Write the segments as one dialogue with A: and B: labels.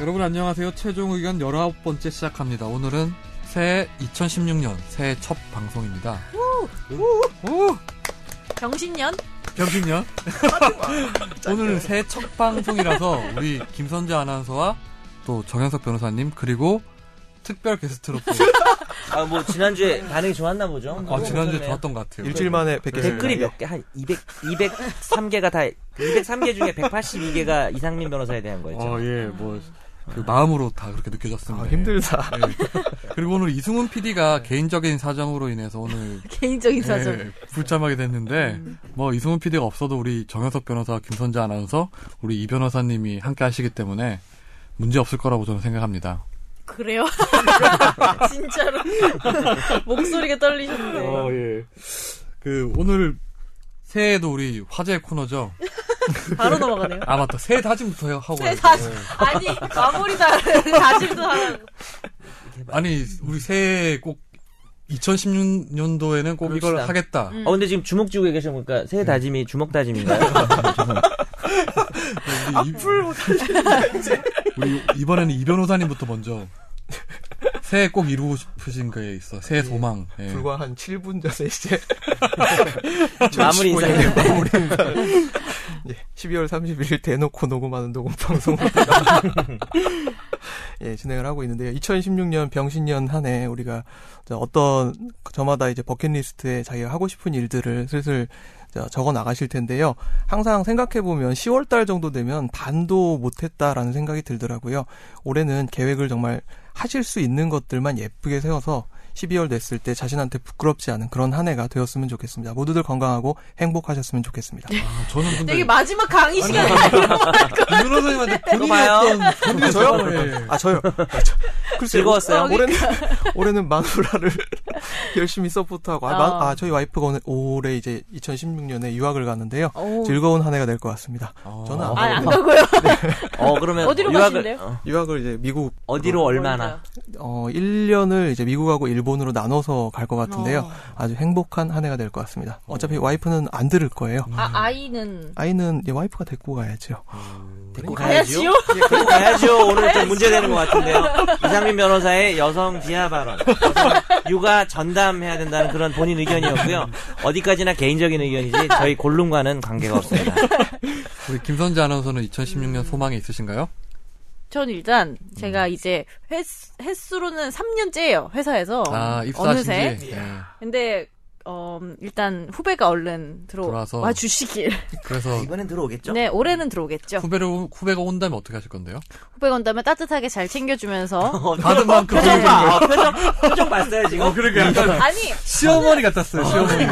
A: 여러분 안녕하세요. 최종 의견 19번째 시작합니다. 오늘은 새해 2016년 새해 첫 방송입니다. 오!
B: 병신년?
A: 병신년? 오늘은 새해 첫 방송이라서 우리 김선재 아나운서와 또 정현석 변호사님 그리고 특별 게스트로 또-
C: 아 뭐 지난주에 반응이 좋았나 보죠.
A: 아, 지난주에
C: 그러면
A: 좋았던 것 같아요.
D: 일주일 만에 뵙겠습니다.
C: 네. 댓글이 몇 개? 한 200, 203개가 다 203개 중에 182개가 이상민 변호사에 대한 거였죠.
A: 어, 예, 뭐, 그 마음으로 다 그렇게 느껴졌습니다.
D: 아, 힘들다.
A: 예. 그리고 오늘 이승훈 PD가 개인적인 사정으로 인해서 오늘
B: 개인적인 사정.
A: 네, 불참하게 됐는데 뭐 이승훈 PD가 없어도 우리 정현석 변호사, 김선재 아나운서, 우리 이 변호사님이 함께 하시기 때문에 문제 없을 거라고 저는 생각합니다.
B: 그래요? 진짜로. 목소리가 떨리셨는데.
A: 예. 그 오늘 새해에도 우리 화제 코너죠.
B: 바로 넘어가네요.
A: 아 맞다. 새해 다짐부터 하고.
B: 새
A: 가야죠.
B: 다시. 아니, 마무리 다, 다시도 하라고.
A: 아니 우리 새해 꼭 2016년도에는 꼭 이걸
C: 그럽시다.
A: 하겠다.
B: 음.
C: 어 근데 지금 주먹 쥐고 계신 거 보니까
A: 네.
C: 새 다짐이 주먹 다짐인가요?
A: 우리 앞을 우리 이번에는 이 변호사님부터 먼저 새해 꼭 이루고 싶으신 게 있어. 새해 소망. 예.
D: 불과 한 7분 전에 이제
C: 마무리 인사해요.
D: 마무리 인사. 예, 12월 31일 대놓고 녹음하는 녹음 방송. 예, 진행을 하고 있는데요. 2016년 병신년 한 해 우리가 저 어떤 저마다 이제 버킷리스트에 자기가 하고 싶은 일들을 슬슬 저 적어 나가실 텐데요. 항상 생각해 보면 10월 달 정도 되면 반도 못 했다라는 생각이 들더라고요. 올해는 계획을 정말 하실 수 있는 것들만 예쁘게 세워서 12월 됐을 때 자신한테 부끄럽지 않은 그런 한 해가 되었으면 좋겠습니다. 모두들 건강하고 행복하셨으면 좋겠습니다.
C: 네.
A: 아, 저는 근데
B: 되게 마지막 강의 시간에
A: 이 변호사님한테 본인이
C: 봐요. 예, 그렇죠.
A: 어떤 본인의
D: 저요?
A: 저요? 예.
D: 아 저요. 글쎄요.
C: 즐거웠어요. 그러니까.
D: 올해는 올해는 마누라를 열심히 서포트하고 아, 마-
C: 어.
B: 아.
D: 아, 저희 와이프가 오늘 올해 이제 2016년에 유학을 갔는데요.
B: 오.
D: 즐거운 한 해가 될 것 같습니다. 저는 안
B: 아, 안
D: 가고.
B: 가고요.
C: 어 그러면
B: 어디로
C: 유학을
B: 가신대요?
C: 어,
D: 유학을 이제 미국
C: 어디로 얼마나?
D: 어 1년을 이제 미국하고 일본으로 나눠서 갈 것 같은데요.
C: 어.
D: 아주 행복한 한 해가 될 것 같습니다. 어차피 와이프는 안 들을 거예요.
B: 아, 아이는.
D: 아이는 이제 와이프가 데리고 가야죠.
C: 데리고
B: 가야지요?
C: 가야지요. 예, 데리고 가야죠. 오늘 좀 문제되는 것 같은데요. 이상민 변호사의 여성 비하 발언. 여성 육아 전담해야 된다는 그런 본인 의견이었고요. 어디까지나 개인적인 의견이지 저희 골룸과는 관계가 없습니다.
A: 우리 김선재 아나운서는 2016년 소망이 있으신가요?
B: 전 일단,
A: 음.
B: 제가 이제, 횟수, 횟수로는 3년째예요, 회사에서.
A: 아, 입사하신 지
B: 어. 어느새.
A: 예.
B: 근데, 어, 일단, 후배가 얼른
A: 들어와서.
B: 들어와 주시길.
A: 그래서
C: 이번엔 들어오겠죠?
B: 네, 올해는 들어오겠죠.
A: 후배를 후배가 온다면 어떻게 하실 건데요?
B: 후배 건담에 따뜻하게 잘 챙겨주면서
A: 받은 만큼
B: 표정
A: 보여주는
B: 봐.
A: 거.
C: 어, 표정, 표정 봤어요, 그러니까 지금?
A: 그러게 약간
B: 아니
A: 시어머니 같았어요. 시어머니.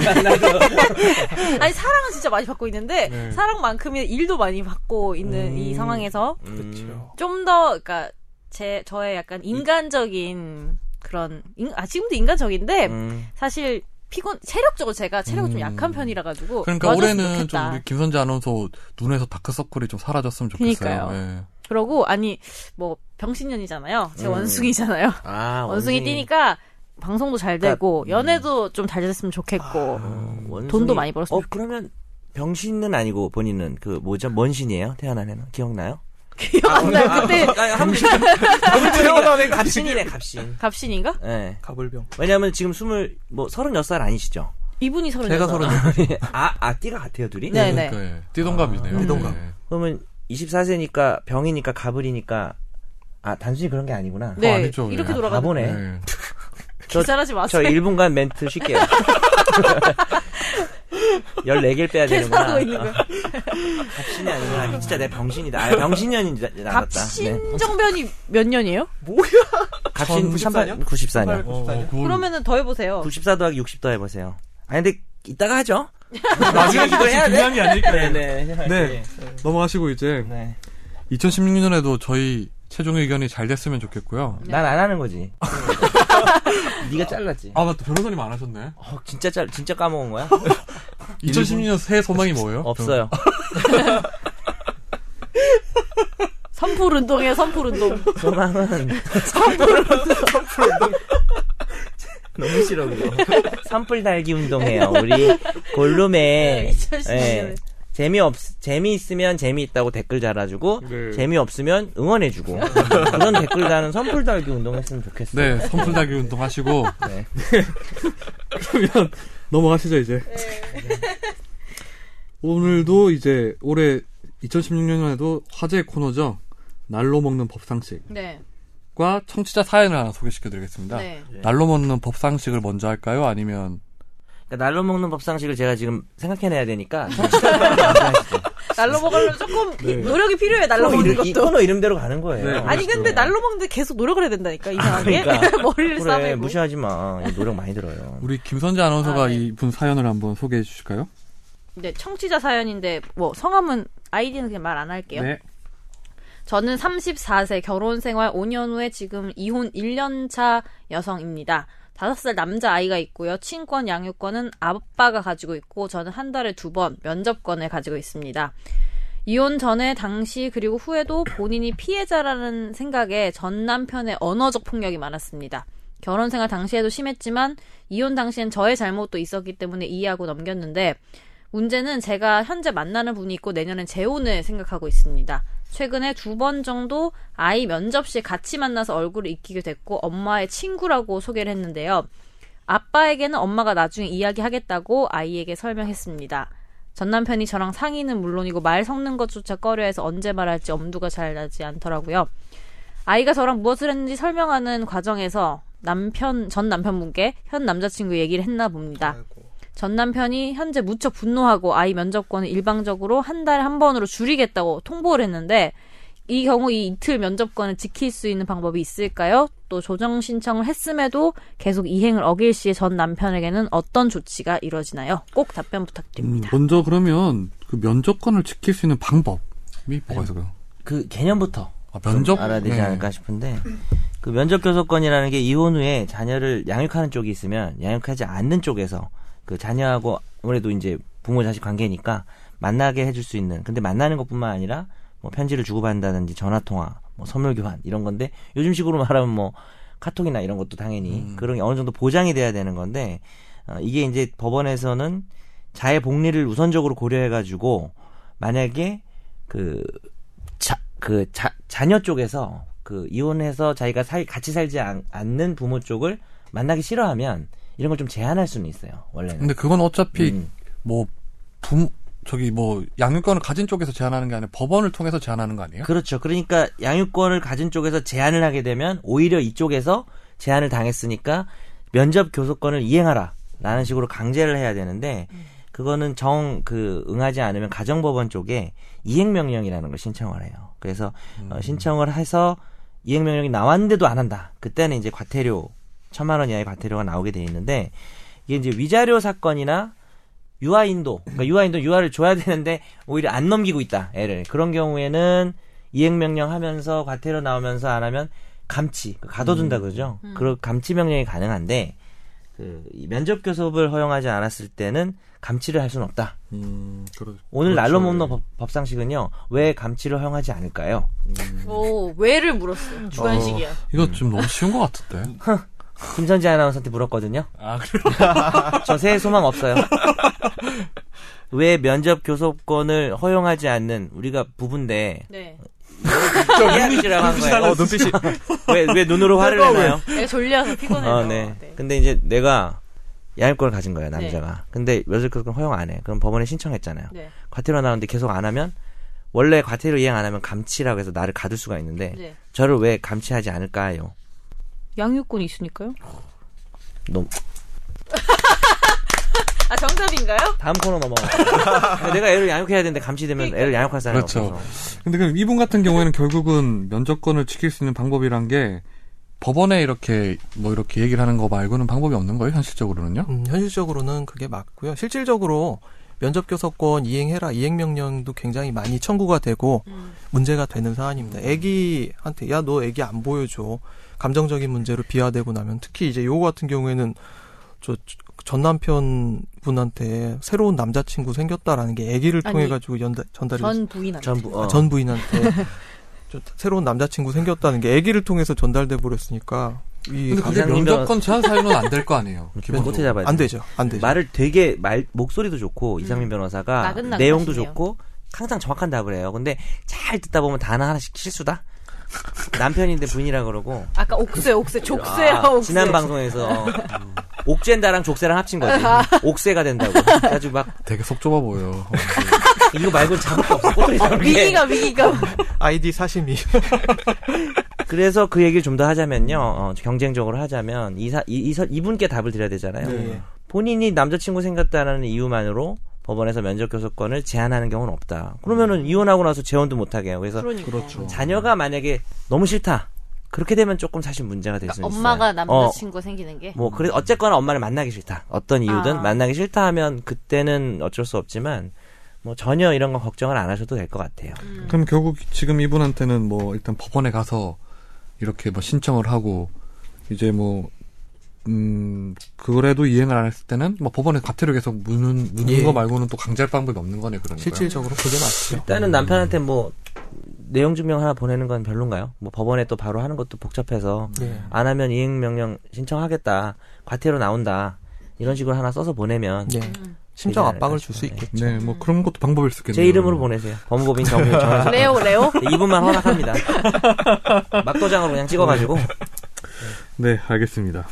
B: 아니 사랑은 진짜 많이 받고 있는데
A: 네.
B: 사랑만큼의 일도 많이 받고 있는 이 상황에서
C: 음,
B: 좀 더 그러니까 제 저의 약간 인간적인 그런 인- 아 지금도 인간적인데
C: 음.
B: 사실 피곤 체력적으로 제가 체력이 좀
A: 음.
B: 약한 편이라 가지고
A: 그러니까 올해는 좀
B: 좋겠다.
A: 우리 김선재 아나운서 눈에서 다크서클이 좀 사라졌으면 좋겠어요.
B: 그러니까요.
A: 예.
B: 그러고 아니 뭐 병신년이잖아요. 제
C: 음.
B: 원숭이잖아요.
C: 아,
B: 원숭이 뛰니까 방송도 잘
A: 그러니까 음.
B: 되고 연애도 좀 잘 됐으면 좋겠고
A: 아.
C: 음, 원숭이.
B: 돈도 많이 벌었으면
C: 어, 그러면 병신은 아니고 본인은 그 뭐죠? 뭔 신이에요? 태어난 애는? 기억나요?
B: 기억 안 아, 나요.
A: 그러니까.
B: 그때
C: 아, 아니, 한 번.
D: 태어난 애가
C: 갑신이네, 갑신.
B: 갑신인가?
C: 예.
D: 가불병.
C: 왜냐면 지금 스물, 뭐, 서른여섯 살 아니시죠?
B: 이분이 서른.
A: 제가
B: 여덟.
A: 서른
C: 아, 아, 띠가 같아요, 둘이?
B: 네. 네네.
A: 그러니까 예. 띠동갑이네요.
D: 띠동갑.
A: 예.
C: 그러면 24세니까 병이니까 가불이니까, 아, 단순히 그런 게 아니구나.
B: 네.
A: 어, 아니죠.
B: 이렇게
A: 예.
B: 돌아가는
C: 바보네.
A: 예.
C: 저-
B: 기사하지
C: 저
B: 아, 마세요.
C: 1분간 멘트 쉴게요. 14개를 빼야 되는구나. 아,
B: 계산하고 있는 거예요.
C: 갑신이 아니구나. 아, 진짜 내 병신이다. 아, 병신년인 줄 알- 알았다. 네.
B: 갑신정변이 몇 년이에요?
C: 갑신
D: 94 년?
C: 94년.
A: 어, 그건
C: 음.
B: 그러면은 더 해보세요.
C: 94 더하기 60 더해보세요. 아니, 근데 이따가 하죠.
A: 나중에
C: 이거 해야 돼?
A: 중요한 게 아닐까요?
C: 네네.
A: 네. 넘어가시고 이제
C: 네.
A: 2016년에도 저희 최종 의견이 잘 됐으면 좋겠고요.
C: 난 안 하는 거지. 네가 잘랐지.
A: 아 맞다 변호사님 안 하셨네.
C: 어, 진짜 잘, 진짜 까먹은 거야?
A: 2016년 새해 소망이 뭐예요?
C: 없어요.
B: 선풀 운동이에요, 선풀 운동.
C: 소망은 너무 싫어 그거. 산불 달기 운동해요. 우리
B: 네,
C: 골룸에
B: 2016 년에.
C: 예, 재미없, 재미있으면 재미있다고 댓글 달아주고,
E: 네.
C: 재미없으면 응원해주고, 그런 댓글 다는 선풀 달기 운동 했으면 좋겠어요.
A: 네, 선풀다기 운동하시고
C: 네.
E: 그러면 넘어가시죠 이제.
B: 네.
E: 오늘도 이제 올해 2016년에도 화제 코너죠. 날로 먹는 법상식과
B: 네.
A: 청취자 사연을 하나
C: 아.
A: 소개시켜드리겠습니다.
B: 네.
A: 날로 먹는 법상식을 먼저 할까요? 아니면
C: 그러니까 날로 먹는 법상식을 제가 지금 생각해내야 되니까,
B: 날로 먹으려면 조금 이- 노력이 필요해, 날로
C: 코너
B: 먹는
C: 네. 어, 이름, 이
B: 것도.
C: 코너 이름대로 가는 거예요.
E: 네.
B: 아니, 근데 날로 먹는데 계속 노력을 해야 된다니까, 이상하게.
C: 그러니까.
B: 머리를
C: 그래,
B: 싸매고.
C: 무시하지 마. 노력 많이 들어요.
A: 우리 김선재 아나운서가
B: 아, 네.
A: 이분 사연을 한번 소개해 주실까요?
B: 네, 청취자 사연인데, 뭐, 성함은, 아이디는 그냥 말 안
A: 네.
B: 할게요.
C: 네.
B: 저는 34세 결혼 생활 5년 후에 지금 이혼 1년 차 여성입니다. 5살 남자아이가 있고요. 친권, 양육권은 아빠가 가지고 있고, 저는 한 달에 두 번 면접권을 가지고 있습니다. 이혼 전에, 당시, 그리고 후에도 본인이 피해자라는 생각에 전 남편의 언어적 폭력이 많았습니다. 결혼 생활 당시에도 심했지만, 이혼 당시엔 저의 잘못도 있었기 때문에 이해하고 넘겼는데, 문제는 제가 현재 만나는 분이 있고 내년엔 재혼을 생각하고 있습니다. 최근에 두 번 정도 아이 면접 시에 같이 만나서 얼굴을 익히게 됐고 엄마의 친구라고 소개를 했는데요. 아빠에게는 엄마가 나중에 이야기하겠다고 아이에게 설명했습니다. 전 남편이 저랑 상의는 물론이고 말 섞는 것조차 꺼려해서 언제 말할지 엄두가 잘 나지 않더라고요. 아이가 저랑 무엇을 했는지 설명하는 과정에서 남편 전 남편분께 현 남자친구 얘기를 했나 봅니다. 전 남편이 현재 무척 분노하고 아이 면접권을 일방적으로 한 달에 한 번으로 줄이겠다고 통보를 했는데 이 경우 이 이틀 면접권을 지킬 수 있는 방법이 있을까요? 또 조정 신청을 했음에도 계속 이행을 어길 시에 전 남편에게는 어떤 조치가 이루어지나요? 꼭 답변
A: 음,
B: 부탁드립니다.
A: 먼저 그러면 그 면접권을 지킬 수 있는 방법이 뭐가 있을까요?
C: 그 개념부터
A: 아,
C: 좀
A: 면접
C: 알아야 되지
A: 네.
C: 않을까 싶은데 그 면접 교섭권이라는 게 이혼 후에 자녀를 양육하는 쪽이 있으면 양육하지 않는 쪽에서 그 자녀하고 아무래도 이제 부모 자식 관계니까 만나게 해줄 수 있는 근데 만나는 것뿐만 아니라 뭐 편지를 주고받는다든지 전화 통화 뭐 선물 교환 이런 건데 요즘식으로 말하면 뭐 카톡이나 이런 것도 당연히 그런 게 어느 정도 보장이 돼야 되는 건데 어, 이게 이제 법원에서는 자의 복리를 우선적으로 고려해가지고 만약에 그 자, 그 자, 자녀 쪽에서 그 이혼해서 자기가 살, 같이 살지 않, 는 부모 쪽을 만나기 싫어하면 이런 걸 좀 제한할 수는 있어요 원래는.
A: 근데 그건 어차피
C: 음,
A: 뭐 부, 저기 뭐 양육권을 가진 쪽에서 제한하는 게 아니라 법원을 통해서 제한하는 거 아니에요?
C: 그렇죠. 그러니까 양육권을 가진 쪽에서 제한을 하게 되면 오히려 이쪽에서 제한을 당했으니까 면접 교섭권을 이행하라라는 식으로 강제를 해야 되는데 그거는 정 그 응하지 않으면 가정법원 쪽에 이행 명령이라는 걸 신청을 해요. 그래서 어,
A: 음.
C: 신청을 해서 이행 명령이 나왔는데도 안 한다. 그때는 이제 과태료 천만 원 이하의 과태료가 나오게 돼 있는데 이게 이제 위자료 사건이나 유아 인도, 그러니까 유아 인도 유아를 줘야 되는데 오히려 안 넘기고 있다 애를 그런 경우에는 이행 명령하면서 과태료 나오면서 안 하면 감치 가둬둔다 그러죠. 그 감치 명령이 가능한데 그이 면접 교섭을 허용하지 않았을 때는 감치를 할 수는 없다.
A: 음, 그렇,
C: 오늘 날로 먹는 법, 법상식은요 왜 감치를 허용하지 않을까요? 음.
B: 오, 왜를 물었어. 주관식이야.
A: 이거 좀 너무 쉬운 것 같은데.
C: 김선재 아나운서한테 물었거든요.
A: 아, 그래?
C: 저 새해 소망 없어요. 왜 면접 교섭권을 허용하지 않는 우리가 부부인데
B: 네.
C: 이해하시라고 한 거예요.
D: 어, 눈빛이
C: 왜, 왜 눈으로 화를 내나요?
B: 내가 졸려서 피곤해서.
C: 어, 네. 근데 이제 내가 양육권을 가진
B: 네.
C: 거예요, 남자가. 근데 면접교섭권 허용 안 해. 그럼 법원에 신청했잖아요.
B: 네.
C: 과태료 나오는데 계속 안 하면 원래 과태료 이행 안 하면 감치라고 해서 나를 가둘 수가 있는데
B: 네.
C: 저를 왜 감치하지 않을까요?
B: 양육권이 있으니까요.
C: 너무-
B: 아, 정답인가요?
C: 다음 코너 넘어가. 내가 애를 양육해야 되는데 감치되면
B: 그러니까.
C: 애를 양육할 사람이
A: 그렇죠.
C: 없어서.
A: 근데 그럼 이분 같은 경우에는 결국은 면접권을 지킬 수 있는 방법이란 게 법원에 이렇게 뭐 이렇게 얘기를 하는 거 말고는 방법이 없는 거예요, 현실적으로는요?
D: 음, 현실적으로는 그게 맞고요. 실질적으로 면접 교섭권 이행해라 이행 명령도 굉장히 많이 청구가 되고
C: 음.
D: 문제가 되는 사안입니다. 애기한테 야 너 애기 안 보여줘 감정적인 문제로 비화되고 나면 특히 이제 요거 같은 경우에는 저 전 남편 분한테 새로운 남자친구 생겼다라는 게 애기를
B: 아니,
D: 통해 가지고 연다 아, 전달이
C: 어.
B: 전 부인한테.
C: 전부 어.
D: 전 부인한테 저 새로운 남자친구 생겼다는 게 아기를 통해서 전달돼 버렸으니까 이
A: 근데 그게
C: 이상님은-
A: 면접권 제한 사유는 안 될 거 아니에요.
C: 기본
A: 기본적으로.
C: 못해 잡아야
D: 안
C: 돼요.
D: 되죠. 안 되죠.
C: 말을 되게 말 목소리도 좋고 이상민 변호사가
B: 음. 나긋나긋하시네요.
C: 내용도 좋고 항상 정확한 답을 해요. 근데 잘 듣다 보면 단어 하나씩 실수다. 남편인데 부인이라 그러고
B: 아까 옥새, 옥새, 족새야,
C: 아,
B: 옥새.
C: 지난 방송에서 음, 옥젠다랑 족세랑 합친 거지. 옥세가 된다고. 아주 막
A: 되게 속 좁아 보여.
C: 이거 말고 잡을 거 없어. 꼬리 잡을 게.
B: 위기감, 위기감.
D: 아이디 사심이.
C: 그래서 그 얘기를 좀 더 하자면요. 어, 경쟁적으로 하자면 이사 이, 이, 서- 이분께 답을 드려야 되잖아요.
D: 네.
C: 본인이 남자친구 생겼다는 이유만으로 법원에서 면접 교섭권을 제한하는 경우는 없다. 그러면은 이혼하고 나서 재혼도 못 하게 해요. 그래서
A: 음.
B: 그러니까.
A: 그렇죠.
C: 자녀가 만약에 너무 싫다. 그렇게 되면 조금 사실 문제가 될 수 있어요.
B: 그러니까 엄마가
C: 어,
B: 남자친구 생기는 게.
C: 뭐 그래 어쨌거나 엄마를 만나기 싫다. 어떤 이유든
B: 아.
C: 만나기 싫다 하면 그때는 어쩔 수 없지만 뭐 전혀 이런 거 걱정을 안 하셔도 될 것 같아요.
A: 그럼 결국 지금 이분한테는 뭐 일단 법원에 가서 이렇게 뭐 신청을 하고 이제 뭐 음, 그래도 이행을 안 했을 때는 뭐 법원에 과태료 계속 무는 무는
D: 예.
A: 거 말고는 또 강제할 방법이 없는 거네 그런 거예요.
D: 실질적으로 그게 맞죠.
C: 일단은 남편한테 뭐 내용 증명 하나 보내는 건 별론가요? 뭐 법원에 또 바로 하는 것도 복잡해서
D: 예.
C: 안 하면 이행 명령 신청하겠다. 과태료 나온다. 이런 식으로 하나 써서 보내면
D: 예.
B: 음.
D: 심정 압박을
C: 되지
D: 줄 수
C: 않을까
D: 있겠죠.
A: 네, 뭐 그런 것도 방법일 수 있겠네요.
C: 제 이름으로 뭐- 보내세요. 법무법인 정유 정현석.
B: 레오, 레오?
C: 이분만 허락합니다. 막도장으로 그냥 찍어가지고
E: 네, 알겠습니다.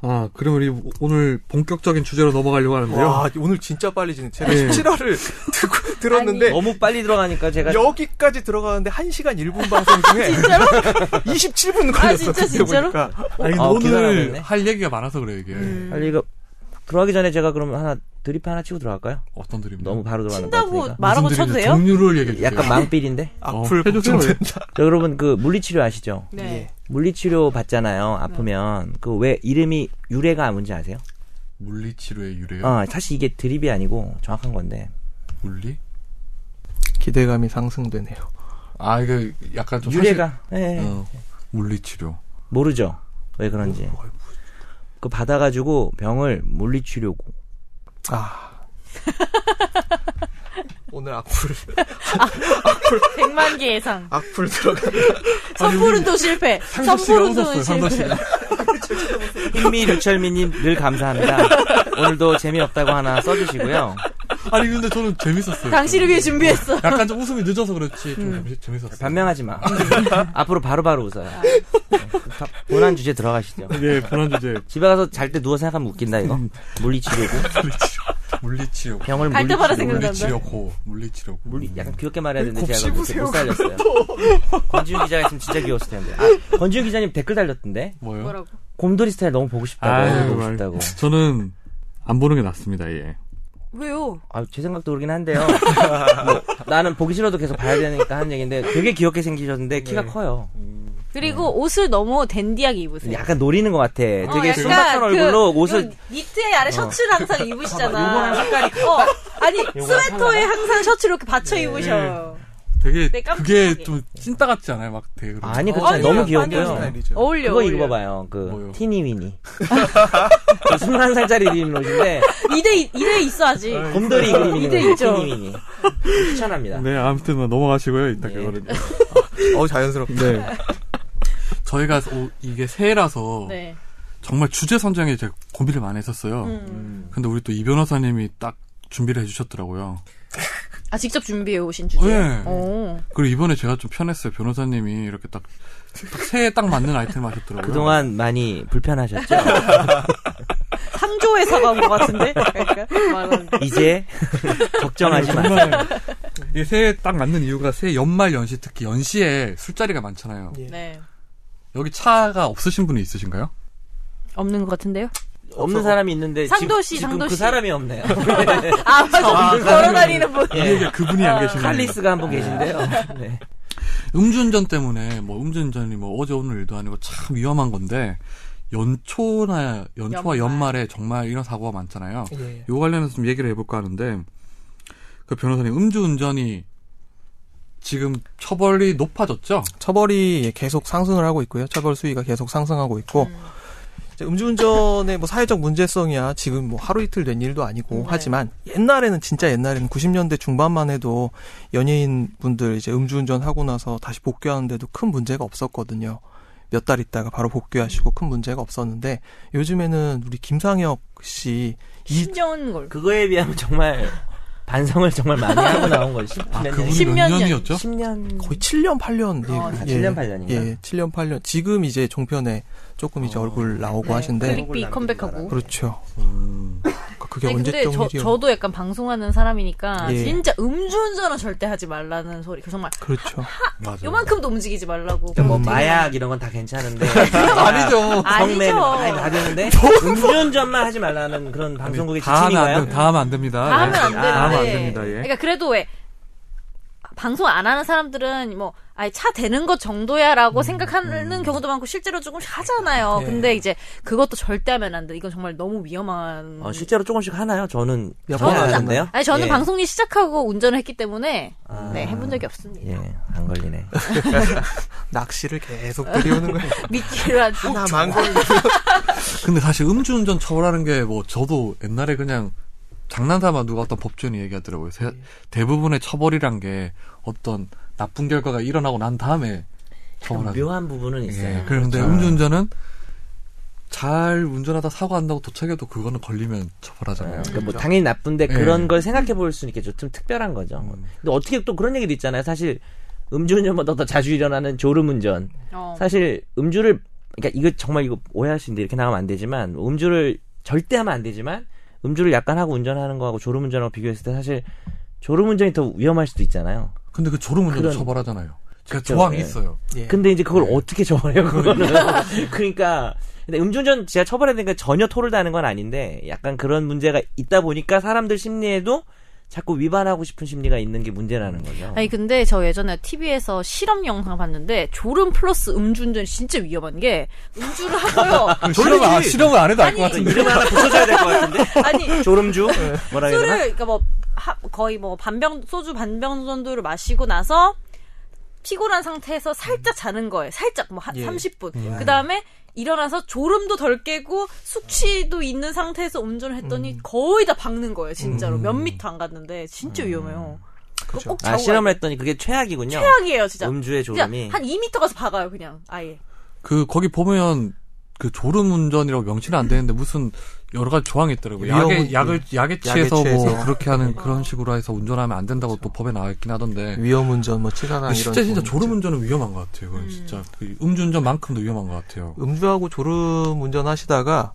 E: 아, 그럼 우리 오- 오늘 본격적인 주제로 넘어가려고 하는데요.
D: 예. 와, 오늘 진짜 빨리 지는 제가
E: 예.
D: 17화를 듣고 들었는데
C: 너무 빨리 들어가니까 제가
D: 여기까지 들어가는데 1시간 1분 방송 중에
B: 진짜로? 아,
D: 27분 걸렸어.
B: 진짜,
D: 어떻게
B: 진짜로?
D: 보니까.
A: 아니,
C: 아, 기사를 하고
A: 오늘
C: 있네.
A: 할 얘기가 많아서 그래요 이게
C: 빨리 음. 이거 들어가기 전에 제가 그럼 하나 드립 하나 치고 들어갈까요? 어떤
A: 드립니까?
C: 너무 바로 들어가는 것
B: 친다고
C: 같으니까. 네.
B: 말하고
A: 무슨
B: 쳐도
A: 드립인지
B: 돼요?
A: 종류를 얘기해 주세요.
C: 약간 망삘인데.
D: 악플
A: 해주세요.
D: 걱정된다.
C: 저 여러분 그 물리치료 아시죠?
B: 네.
C: 물리치료 받잖아요. 아프면 그 왜 이름이 유래가 뭔지 아세요?
A: 물리치료의 유래요.
C: 어, 사실 이게 드립이 아니고 정확한 건데.
A: 물리?
D: 기대감이 상승되네요.
A: 아 이거 약간 좀
C: 유래가 예, 예.
E: 네.
A: 사실, 어, 물리치료.
C: 모르죠. 왜 그런지.
A: 어,
C: 그 받아가지고 병을 물리치료고
D: 아. 오늘 악플,
B: 100만 개 예상.
D: 악플 들어가.
C: 아,
B: 선풀은 또 실패. 선풀은 또 실패.
C: 흰미 류철미님 늘 감사합니다. 오늘도 재미없다고 하나 써주시고요.
A: 아니 근데 저는 재밌었어요.
B: 당신을 위해 준비했어.
A: 약간 좀 웃음이 늦어서 그렇지 좀 재밌었어요.
C: 변명하지 마. 앞으로 바로바로 웃어요.
B: 아.
C: 자, 본안 주제 들어가시죠.
E: 예, 본안 주제.
C: 집에 가서 잘 때 누워 생각하면 웃긴다 이거. 물리치료고
A: 물리치료.
C: 병을
B: 갈 때마다
C: 물리치료고.
B: 생각나.
A: 물리치료고 물리치료고.
C: 물리 약간 귀엽게 말해야 되는데 제가
D: 곱씹으세요,
C: 그렇게 못 살렸어요. 권지윤 기자가 있으면 진짜 귀여웠을 텐데. 아, 권지윤 기자님 댓글 달렸던데.
A: 뭐요? 뭐
B: 뭐라고?
C: 곰돌이 스타일 너무 보고 싶다고.
E: 아유,
C: 보고
E: 아유.
C: 싶다고.
E: 저는 안 보는 게 낫습니다. 예.
B: 왜요?
C: 아, 제 생각도 그러긴 한데요. 뭐, 나는 보기 싫어도 계속 봐야 되니까 하는 얘기인데 되게 귀엽게 생기셨는데
D: 네.
C: 키가 커요.
B: 그리고
C: 네.
B: 옷을 너무 댄디하게 입으세요.
C: 약간 노리는 것 같아.
B: 어,
C: 되게
B: 약간
C: 순박한
B: 그
C: 얼굴로 옷을 어.
B: 요 니트에 아래 셔츠를 항상 입으시잖아. 어, 아니 스웨터에 항상 셔츠로 이렇게 받쳐
C: 네.
B: 입으셔.
A: 되게
B: 네, 깜찍하게.
A: 그게 좀 찐따 같지 않아요? 막 되게 그런
C: 아니
A: 거.
C: 그렇지 않아요. 너무
B: 아니요,
C: 귀엽고요.
B: 아니요.
D: 스타일이죠.
B: 어울려.
C: 그거
B: 어울려.
C: 입어봐요. 그
A: 뭐요?
C: 티니 위니. 21살짜리 입는 옷인데
B: 이대 이대 있어야지.
C: 곰돌이 입는
B: 이대
C: 티니
B: 있죠.
C: 위니. 추천합니다.
E: 네, 아무튼 뭐 넘어가시고요. 이따
B: 네.
C: 예.
E: 그거는.
D: 어우, 자연스럽다.
E: 네.
A: 저희가 오- 이게 새해라서
B: 네. 음.
A: 정말 주제 선정에 제가 고민을 많이 했었어요. 근데 우리 또 이 변호사님이 딱 준비를 해주셨더라고요.
B: 아 직접 준비해 오신 주제. 어.
A: 네.
B: 오.
A: 그리고 이번에 제가 좀 편했어요. 변호사님이 이렇게 딱, 딱 새해 딱 맞는 아이템을 하셨더라고요.
C: 그동안 많이 불편하셨죠?
B: 상조회사가 온 것 같은데. 약간 그러니까 말하는.
C: 이제 걱정하지 마세요.
A: 네, 정말 이게 새해 딱 맞는 이유가 새해 연말 연시 특히 연시에 술자리가 많잖아요.
D: 예.
B: 네.
A: 여기 차가 없으신 분이 있으신가요?
B: 없는 것 같은데요?
C: 없는 사람이 있는데
B: 상도 씨,
C: 지금,
B: 상도
C: 지금 그
B: 씨.
C: 사람이 없네요.
B: 아, 맞아. 걸어다니는 분.
C: 예.
A: 그분이 안 계시네요.
C: 칼리스가 한 분 계신데요. 네.
A: 음주운전 때문에 뭐 음주운전이 뭐 어제 오늘 일도 아니고 참 위험한 건데 연초나 연초와
B: 연말.
A: 연말. 에 정말 이런 사고가 많잖아요.
D: 예.
A: 요 관련해서 좀 얘기를 해볼까 하는데 그 변호사님 음주운전이 지금 처벌이 높아졌죠?
D: 처벌이 계속 상승을 하고 있고요. 처벌 수위가 계속 상승하고 있고 이제 음주운전의 뭐 사회적 문제성이야 지금 뭐 하루 이틀 된 일도 아니고
B: 네.
D: 하지만 옛날에는 진짜 옛날에는 90년대 중반만 해도 연예인 분들 이제 음주운전 하고 나서 다시 복귀하는데도 큰 문제가 없었거든요. 몇 달 있다가 바로 복귀하시고 큰 문제가 없었는데 요즘에는 우리 김상혁 씨 이,
B: 심정은 걸.
C: 그거에 비하면 정말 반성을 정말 많이 하고 나온 거지.
E: 아, 그분이 몇
B: 10년 전.
E: 년이었죠?
C: 10년
D: 거의 7년 8년
B: 어,
C: 아,
D: 예,
C: 7년 8년인가?
D: 예, 7년 8년 지금 이제 종편에 조금 이제
C: 어.
D: 얼굴 나오고
B: 네,
D: 하신데
B: 클릭비 컴백하고.
D: 그렇죠.
C: 음.
A: 네.
D: 그러니까 그게
B: 아니,
D: 언제적
B: 근데 저,
D: 일이요?
B: 저도 약간 방송하는 사람이니까
D: 예.
B: 진짜 음주운전은 절대 하지 말라는 소리. 정말
D: 그렇죠.
E: 맞아요.
B: 요만큼도 움직이지 말라고.
C: 뭐
B: 되게-
C: 마약 이런 건 다 괜찮은데 아니죠. 성매매
B: 아니죠.
C: 많이 다 되는데 음주운전만 하지 말라는 그런 방송국의
A: 다 하면 안,
C: 지침인가요? 아, 네.
A: 다 하면 안 됩니다.
B: 다 하면 안
A: 예.
B: 되는데.
D: 아,
A: 다 하면 안 됩니다. 예.
B: 그러니까 그래도 왜 방송 안 하는 사람들은 뭐 아예 차 되는 것 정도야라고 생각하는 경우도 많고 실제로 조금 하잖아요.
D: 예.
B: 근데 이제 그것도 절대 하면 안 돼. 이건 정말 너무 위험한.
C: 어, 실제로 조금씩 하나요? 저는
D: 몇번
C: 전혀 안
D: 하셨나요?
C: 하는데요.
B: 아니 저는
C: 예.
B: 방송이 시작하고 운전을 했기 때문에
C: 아.
B: 네 해본 적이 없습니다.
C: 예, 안 걸리네.
D: 낚시를 계속 들이오는 거예요.
B: 어, 미끼를 아주
D: 하나 망고
A: 근데 사실 음주운전 처벌하는 게 뭐 저도 옛날에 그냥 장난삼아 누가 어떤 법조인이 얘기하더라고요. 세-
C: 네.
A: 대부분의 처벌이란 게 어떤 나쁜 결과가 일어나고 난 다음에 처벌하는.
C: 묘한 부분은 있어요.
A: 예. 그런데
C: 그렇죠.
A: 음주운전은 잘 운전하다 사고한다고 도착해도 그거는 걸리면 처벌하잖아요.
C: 그러니까 뭐 당연히 나쁜데
A: 예.
C: 그런 걸 생각해 볼 수 있겠죠. 좀 특별한 거죠. 근데 어떻게 또 그런 얘기도 있잖아요. 사실 음주운전보다 더 자주 일어나는 졸음운전.
B: 어.
C: 사실 음주를 그러니까 이거 정말 이거 오해하시는데 이렇게 나가면 안 되지만 뭐 음주를 절대 하면 안 되지만 음주를 약간 하고 운전하는 거하고 졸음운전하고 비교했을 때 사실 졸음운전이 더 위험할 수도 있잖아요.
A: 근데 그 졸음운전
C: 그런-
A: 처벌하잖아요. 제가
C: 그쵸,
A: 조항이
C: 예.
A: 있어요.
D: 예.
C: 근데 이제 그걸 어떻게 저버려요 그거는. 그러니까 근데 음주운전 제가 처벌해야 되니까 전혀 토를 다는 건 아닌데 약간 그런 문제가 있다 보니까 사람들 심리에도 자꾸 위반하고 싶은 심리가 있는 게 문제라는 거죠.
B: 아니 근데 저 예전에 TV에서 실험 영상 봤는데 졸음 플러스 음주운전이 진짜 위험한 게 음주를 하고요.
C: 아,
A: 실험을, 안- 실험을 안 해도 알 것
B: 아니,
A: 같은데.
C: 이름 하나 붙여줘야 될 것 같은데.
B: 아니
C: 졸음주 뭐라 해야
B: 술을
C: 되나?
B: 그러니까 뭐 하- 거의 뭐 반병 소주 반병 정도를 마시고 나서 피곤한 상태에서 살짝 자는 거예요. 살짝 뭐 한
D: 예.
B: 30분. 그다음에 일어나서 졸음도 덜 깨고 숙취도 있는 상태에서 운전을 했더니 거의 다 박는 거예요. 진짜로 몇 미터 안 갔는데 진짜 위험해요. 음. 그거 꼭
C: 아
B: 자고
C: 실험을 했더니 그게 최악이군요.
B: 최악이에요, 진짜.
C: 음주의
B: 진짜
C: 졸음이.
B: 한 2미터 가서 박아요, 그냥 아예.
A: 그 거기 보면 그 졸음운전이라고 명시는 안 되는데 무슨 여러 가지 조항이 있더라고요. 약에
D: 위험은-
A: 약을 약에 취해서 뭐
D: 예, 그 취해서.
A: 그렇게 하는 그런 식으로 해서 운전하면 안 된다고 또 법에 나와 있긴 하던데.
D: 위험운전 뭐 치사상 이런
A: 진짜 진짜
D: 부분들.
A: 졸음운전은 위험한 것 같아요. 그건 진짜 그 음주운전만큼도 위험한 것 같아요.
D: 음주하고 졸음운전 하시다가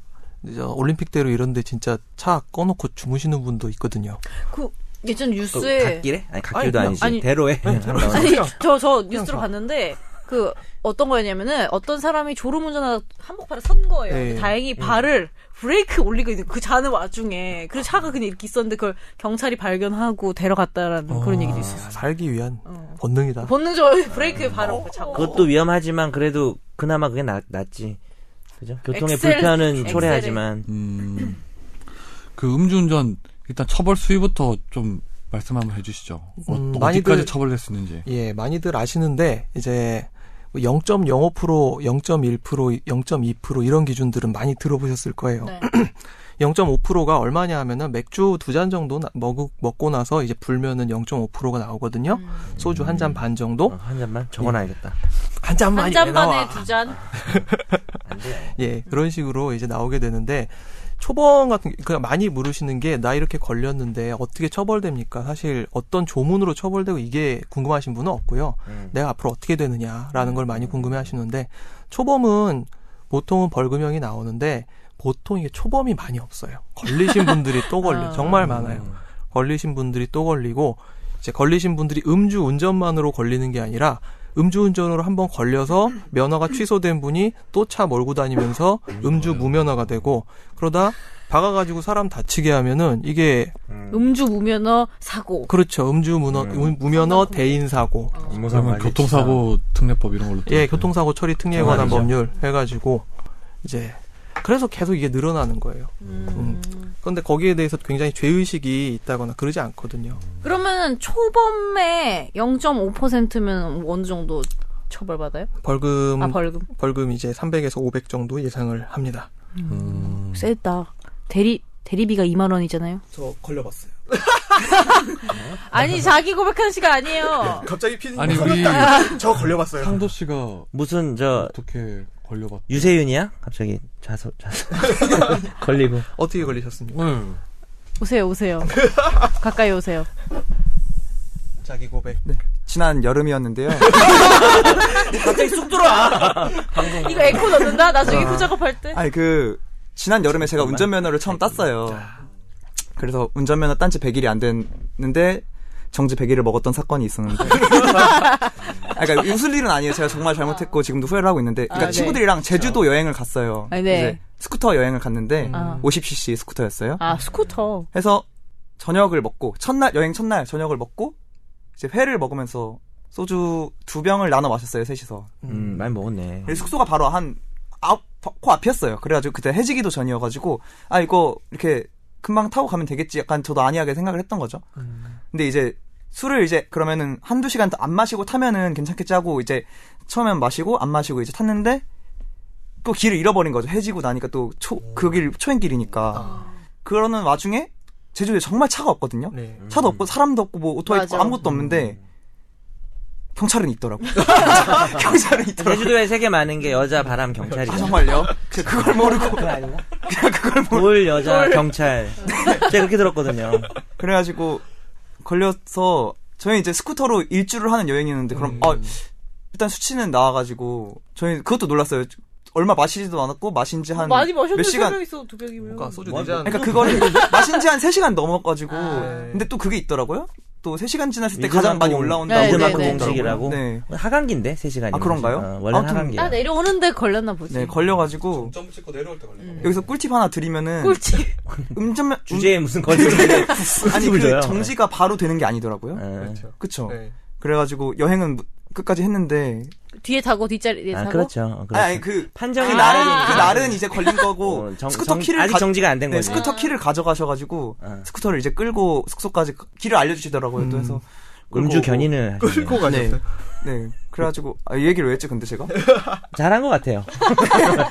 D: 이제 올림픽대로 이런데 진짜 차 꺼놓고 주무시는 분도 있거든요.
B: 그 예전
C: 또
B: 뉴스에
C: 갓길에? 아니 갓길도
D: 아니,
C: 아니지.
B: 아니,
C: 대로에.
B: 아니 저 저 뉴스로
D: 가.
B: 봤는데 그 어떤 거였냐면은 어떤 사람이 졸음운전하다 한복판에 선 거예요.
D: 예,
B: 근데
D: 예.
B: 다행히 발을 브레이크 올리고 있는 그 자는 와중에 그 차가 그냥 이렇게 있었는데 그걸 경찰이 발견하고 데려갔다라는 그런 얘기도 있었어요.
D: 살기 위한
B: 아, 어.
D: 본능이다.
B: 본능적으로 브레이크에 발을
D: 어.
B: 차고
C: 그것도 위험하지만 그래도 그나마 그게 낫, 낫지. 그죠? 교통의
B: 엑셀,
C: 불편은
B: 엑셀에.
C: 초래하지만
A: 음. 그 음주운전 일단 처벌 수위부터 좀 말씀 한번 해주시죠. 어,
D: 음,
A: 어디까지
D: 많이들-
A: 처벌될 수 있는지.
D: 예, 많이들 아시는데 이제 0.05%, 0.1%, 0.2% 이런 기준들은 많이 들어보셨을 거예요.
B: 네.
D: 0.5%가 얼마냐 하면은 맥주 두 잔 정도 나- 먹, 먹고 나서 이제 불면은 0.5%가
B: 음.
D: 나오거든요. 소주 한 잔 반
C: 어,
D: 정도?
C: 한 잔만 적어놔야겠다.
D: 한 잔만
B: 한
D: 이게
B: 잔
D: 나와.
B: 반에 두 잔.
C: 안 돼요.
D: 예, 그런 식으로 이제 나오게 되는데 초범 같은 게 그냥 많이 물으시는 게 나 이렇게 걸렸는데 어떻게 처벌됩니까? 사실 어떤 조문으로 처벌되고 이게 궁금하신 분은 없고요.
C: 음.
D: 내가 앞으로 어떻게 되느냐라는 걸 많이 궁금해 하시는데 초범은 보통은 벌금형이 나오는데 보통 이게 초범이 많이 없어요. 걸리신 분들이 또 걸려.
B: 아.
D: 정말 많아요. 걸리신 분들이 또 걸리고 이제 걸리신 분들이 음주 운전만으로 걸리는 게 아니라 음주 운전으로 한번 걸려서 면허가 취소된 분이 또 차 몰고 다니면서 음주 무면허가 되고 그러다 박아 가지고 사람 다치게 하면은 이게
B: 음주 무면허 사고.
D: 그렇죠. 음주 무너, 무면허 대인 사고.
A: 그러면 교통사고 특례법 이런 걸로.
D: 예,
A: 또-
D: 교통사고 처리 특례에 관한
C: 정말이죠.
D: 법률 해 가지고 이제 그래서 계속 이게 늘어나는 거예요.
B: 음.
D: 그런데 거기에 대해서 굉장히 죄의식이 있다거나 그러지 않거든요.
B: 그러면 초범에 0.5%면 어느 정도 처벌 받아요?
D: 벌금
B: 아 벌금.
D: 음. 벌금 이제 300에서 500 정도 예상을 합니다.
A: 음.
B: 세다. 대리 대리비가 2만 원이잖아요.
D: 저 걸려봤어요.
B: 아니 자기 고백하는 시간 아니에요.
D: 갑자기 피디님
A: 아니,
D: 화가
A: 우리-
D: 딱- 저 걸려봤어요.
A: 상도 씨가
C: 무슨 저
A: 어떻게 걸려봤?
C: 유세윤이야? 갑자기 자서 자서 걸리고
D: 어떻게 걸리셨습니까?
A: 네.
B: 오세요 오세요. 가까이 오세요.
D: 자기 고백.
F: 지난 여름이었는데요.
B: 네,
C: 갑자기 쑥 들어와.
B: 이거 에코 넣는다. 나중에 후작업할 때.
F: 아니 그 지난 여름에 제가 운전면허를
B: 아,
F: 처음 땄어요. 그래서 운전면허 딴 지 100일이 안 됐는데 정지 100일을 먹었던 사건이 있었는데. 아, 그러니까 웃을 일은 아니에요. 제가 정말 잘못했고 지금도 후회를 하고 있는데. 그러니까
B: 아, 네.
F: 친구들이랑 제주도 여행을 갔어요.
B: 아, 네.
F: 이제 스쿠터 여행을 갔는데
B: 아.
F: 50cc 스쿠터였어요.
B: 아 스쿠터.
F: 해서 저녁을 먹고 첫날 여행 첫날 저녁을 먹고 이제 회를 먹으면서 소주 두 병을 나눠 마셨어요 셋이서.
C: 음 많이 먹었네.
F: 네, 숙소가 바로 한 앞, 코 앞이었어요. 그래가지고 그때 해지기도 전이어가지고 아 이거 이렇게 금방 타고 가면 되겠지. 약간 저도 안이하게 생각을 했던 거죠. 근데 이제 술을 이제 그러면은 한두 시간 더 안 마시고 타면은 괜찮겠지 하고 이제 처음엔 마시고 안 마시고 이제 탔는데 또 길을 잃어버린 거죠. 해지고 나니까 또 초 그 길 초행길이니까 그러는 와중에 제주도에 정말 차가 없거든요.
D: 네.
F: 차도 없고 사람도 없고 뭐 오토바이
B: 맞아.
F: 있고 아무것도 없는데 경찰은 있더라고. 경찰은 있더라고.
C: 제주도에 세계 많은 게 여자 바람 경찰이야.
F: 아 정말요? 제가 그걸 모르고
C: 그거 아닌가?
F: 그냥 그걸 모르고
C: 돌 여자 경찰. 제가 그렇게 들었거든요.
F: 그래가지고 걸려서 저희 이제 스쿠터로 일주를 하는 여행이었는데 그럼
C: 음.
F: 아, 일단 수치는 나와가지고 저희 그것도 놀랐어요. 얼마 마시지도 않았고 마신 지 한
B: 많이
F: 몇
B: 마셨는데
F: 시간
B: 세 명이서 두 병이면.
D: 그러니까 소주
C: 뭐,
D: 네 잔.
F: 그러니까 그거를 마신 지 한 3시간 넘어가지고
B: 아.
F: 근데 또 그게 있더라고요. 또 3시간 지났을 때
C: 위조
F: 가장 많이
C: 항공-
F: 올라온다고
B: 네,
C: 위조
B: 네,
C: 항공
B: 네.
C: 공식이라고.
F: 네.
C: 어, 하강기인데 3 시간이.
F: 아, 그런가요?
C: 원래
F: 아무튼-
C: 하강기예요.
B: 아 내려오는데 걸렸나 보지.
F: 네, 걸려가지고
E: 점프 찍고 내려올 때 걸린
C: 음.
E: 거.
F: 여기서 꿀팁 하나 드리면은
B: 음. 꿀팁.
F: 음전면
C: 주제에 무슨 걸리는
F: 음, 아니
C: 꿀팁을 줘요. 어.
F: 그 정지가 바로 되는 게 아니더라고요.
D: 그렇죠.
F: 그쵸?
D: 네.
F: 그래가지고 여행은 끝까지 했는데
B: 뒤에 타고 뒷자리에
C: 아,
B: 타고.
C: 그렇죠. 그렇죠.
F: 아니, 아니 그
C: 판정이
F: 그 날은
C: 아.
F: 그 날은 이제 걸린 거고
C: 어, 정-
F: 스쿠터
C: 정-
F: 키를
C: 아직
F: 가,
C: 정지가 안 된
F: 네,
C: 거지.
F: 스쿠터 키를 가져가셔가지고
C: 어.
F: 스쿠터를 이제 끌고 숙소까지 가- 길을 알려주시더라고요. 또 해서
C: 음. 음주 견인을 하시네요.
D: 끌고 가셨어요.
F: 네 그래가지고 아, 이 얘기를 왜 했지 근데 제가
C: 잘한 것 같아요.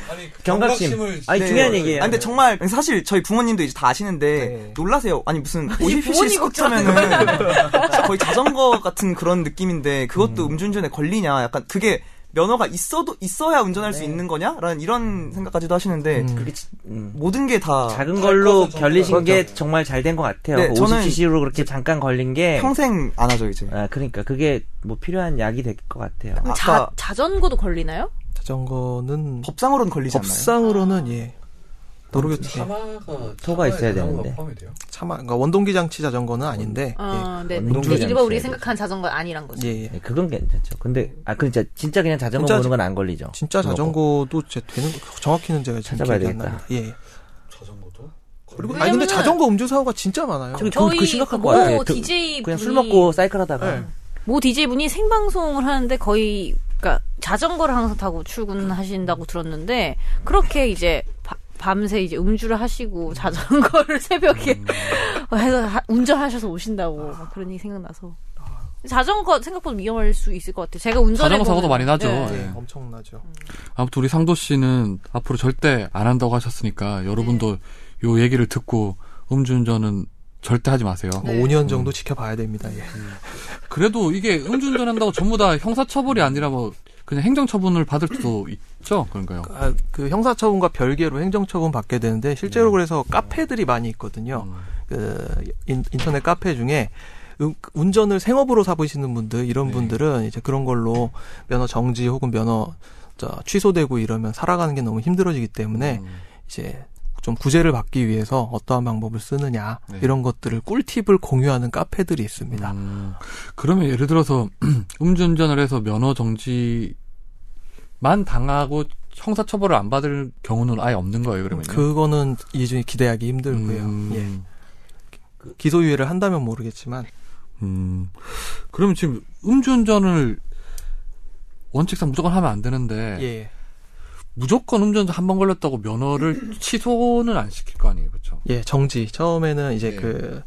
E: 아니
C: 경각심. 아니
F: 네.
C: 중요한 얘기예요.
F: 아, 근데 정말 사실 저희 부모님도 이제 다 아시는데
D: 네.
F: 놀라세요. 아니 무슨
B: 부모님
F: 50cc 스쿠터면은 진짜 거의 자전거 같은 그런 느낌인데 그것도 음. 주운전에 걸리냐 약간 그게 면허가 있어도 있어야 운전할 수 있는 거냐라는 이런 생각까지도 하시는데
C: 그게 지- 네. 음.
F: 모든 게다
C: 작은 걸로
E: 잘
C: 결리신
F: 커서
C: 게 정말 잘 된 것 같아요.
F: 그렇죠. 네, 저는
C: 50cc로 그렇게 잠깐 걸린 게
F: 평생 안 하죠 이제.
C: 아, 그러니까 그게 뭐 필요한 약이 될 것 같아요.
F: 아까
B: 자 자전거도 걸리나요?
D: 자전거는
F: 법상으로는 걸리지 않나요?
D: 법상으로는 예. 모르겠지.
E: 차마가
C: 네. 토가
E: 차마에
C: 있어야 되는데.
E: 포함이 돼요?
D: 차마 그러니까 원동기 장치 자전거는 아닌데.
B: 어, 네.
C: 운동
B: 근데
C: 자전거
B: 일반 우리가
C: 있어야
B: 생각한 자전거 아니란 거죠.
D: 예. 예, 예.
C: 네, 그건 괜찮죠. 근데 아 그러니까 진짜 그냥 자전거
D: 진짜
C: 보는 건 안 걸리죠.
D: 진짜
C: 그거.
D: 자전거도 제 되는 거- 정확히는 제가 지금
C: 찾아봐야
D: 기억이 안
C: 되겠다.
D: 납니다. 예. 예.
E: 자전거도?
D: 그리고
B: 왜냐면은-
D: 아니 근데 자전거 음주 사고가 진짜 많아요.
C: 저기 그,
B: 저희
C: 그 심각한
B: 모
C: 거 같아요. 그-
B: DJ
C: 그냥 술
B: 분이-
C: 먹고
D: 네, 예.
C: 사이클하다가
B: 모 DJ 분이 생방송을 하는데 거의 그러니까 자전거를 항상 타고 출근하신다고 들었는데 그렇게 이제 바- 밤새 이제 음주를 하시고 자전거를 새벽에 해서 하- 운전하셔서 오신다고 막 그런 얘기 생각나서 자전거 생각보다 위험할 수 있을 것 같아요. 제가 운전해
A: 자전거 사고도 많이 나죠.
D: 예,
A: 네.
D: 엄청나죠.
A: 아무튼 우리 상도 씨는 앞으로 절대 안 한다고 하셨으니까
C: 네.
A: 여러분도 요 얘기를 듣고 음주운전은 절대 하지 마세요.
B: 네.
D: 뭐
C: 음.
D: 5년 정도 지켜봐야 됩니다. 예.
A: 그래도 이게 음주운전 한다고 전부 다 형사처벌이 아니라 뭐 그냥 행정처분을 받을 수도 있죠. 그런가요?
D: 아, 그 형사처분과 별개로 행정처분 받게 되는데
C: 네.
D: 실제로 그래서 카페들이 많이 있거든요.
A: 음.
D: 그 인, 터넷 카페 중에 음- 운전을 생업으로 삼으시는 분들
A: 네.
D: 이런 분들은 이제 그런 걸로 면허 정지 혹은 면허 저, 취소되고 이러면 살아가는 게 너무 힘들어지기 때문에
A: 음.
D: 이제 좀 구제를 받기 위해서 어떠한 방법을 쓰느냐
A: 네.
D: 이런 것들을 꿀팁을 공유하는 카페들이 있습니다.
A: 음, 그러면 예를 들어서 음주운전을 해서 면허 정지만 당하고 형사처벌을 안 받을 경우는 아예 없는 거예요. 음. 그러면
D: 그거는 이중에 기대하기 힘들고요. 예. 기소유예를 한다면 모르겠지만
A: 음. 그러면 지금 음주운전을 원칙상 무조건 하면 안 되는데
D: 예.
A: 무조건 음주운전 한 번 걸렸다고 면허를
D: 음.
A: 취소는 안 시킬 거 아니에요, 그렇죠?
D: 예, 정지. 처음에는 이제
A: 예.
D: 그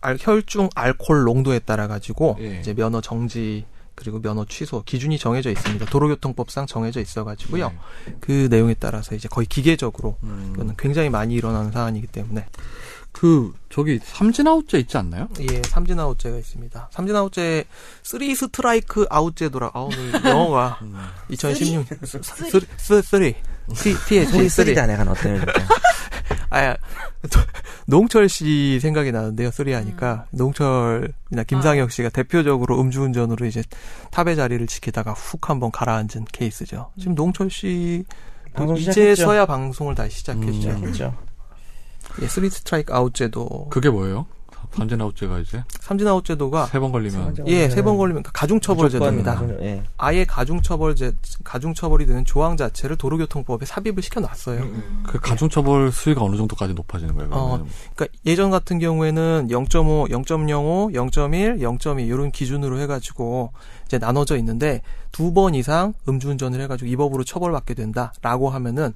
D: 알, 혈중 알코올 농도에 따라 가지고
A: 예.
D: 이제 면허 정지 그리고 면허 취소 기준이 정해져 있습니다. 도로교통법상 정해져 있어가지고요. 그 내용에 따라서 이제 거의 기계적으로
A: 음.
D: 이거는 굉장히 많이 일어나는 사안이기 때문에
A: 그 저기 삼진아웃제 있지 않나요?
D: 예 삼진 아웃제가 있습니다. 삼진 아웃제 쓰리 스트라이크 아웃제도라 아 오늘 영어가 2016년 쓰리 쓰리 쓰리 T
C: 소리
D: T H 쓰리
C: 쓰리다 내가 너 때문에. 그랬다.
D: 아, 농철 씨 생각이 나는데요. 쓰리 하니까
C: 음.
D: 농철이나
C: 아.
D: 김상혁 씨가 대표적으로 음주운전으로 이제 탑의 자리를 지키다가 훅 한번 가라앉은 케이스죠. 지금 농철 씨
C: 음. 방송 시작했죠. 음.
D: 이제서야 방송을 다시 시작했죠.
C: 시작했죠.
D: 예, 쓰리 스트라이크 아웃제도,
A: 그게 뭐예요? 삼진아웃제가 이제
D: 삼진 아웃제도가
A: 세 번 걸리면
D: 예, 세 번 걸리면 가중처벌제도입니다.
C: 네. 무조건, 예.
D: 아예 가중처벌제 가중처벌이 되는 조항 자체를 도로교통법에 삽입을
C: 음.
D: 시켜놨어요.
A: 그 가중처벌 수위가 어느 정도까지 높아지는 거예요?
D: 어,
A: 그러면은? 음.
D: 그러니까 예전 같은 경우에는 0.5, 0.05, 0.1, 0.2 이런 기준으로 해가지고 이제 나눠져 있는데 두 번 이상 음주운전을 해가지고 이 법으로 처벌받게 된다라고 하면은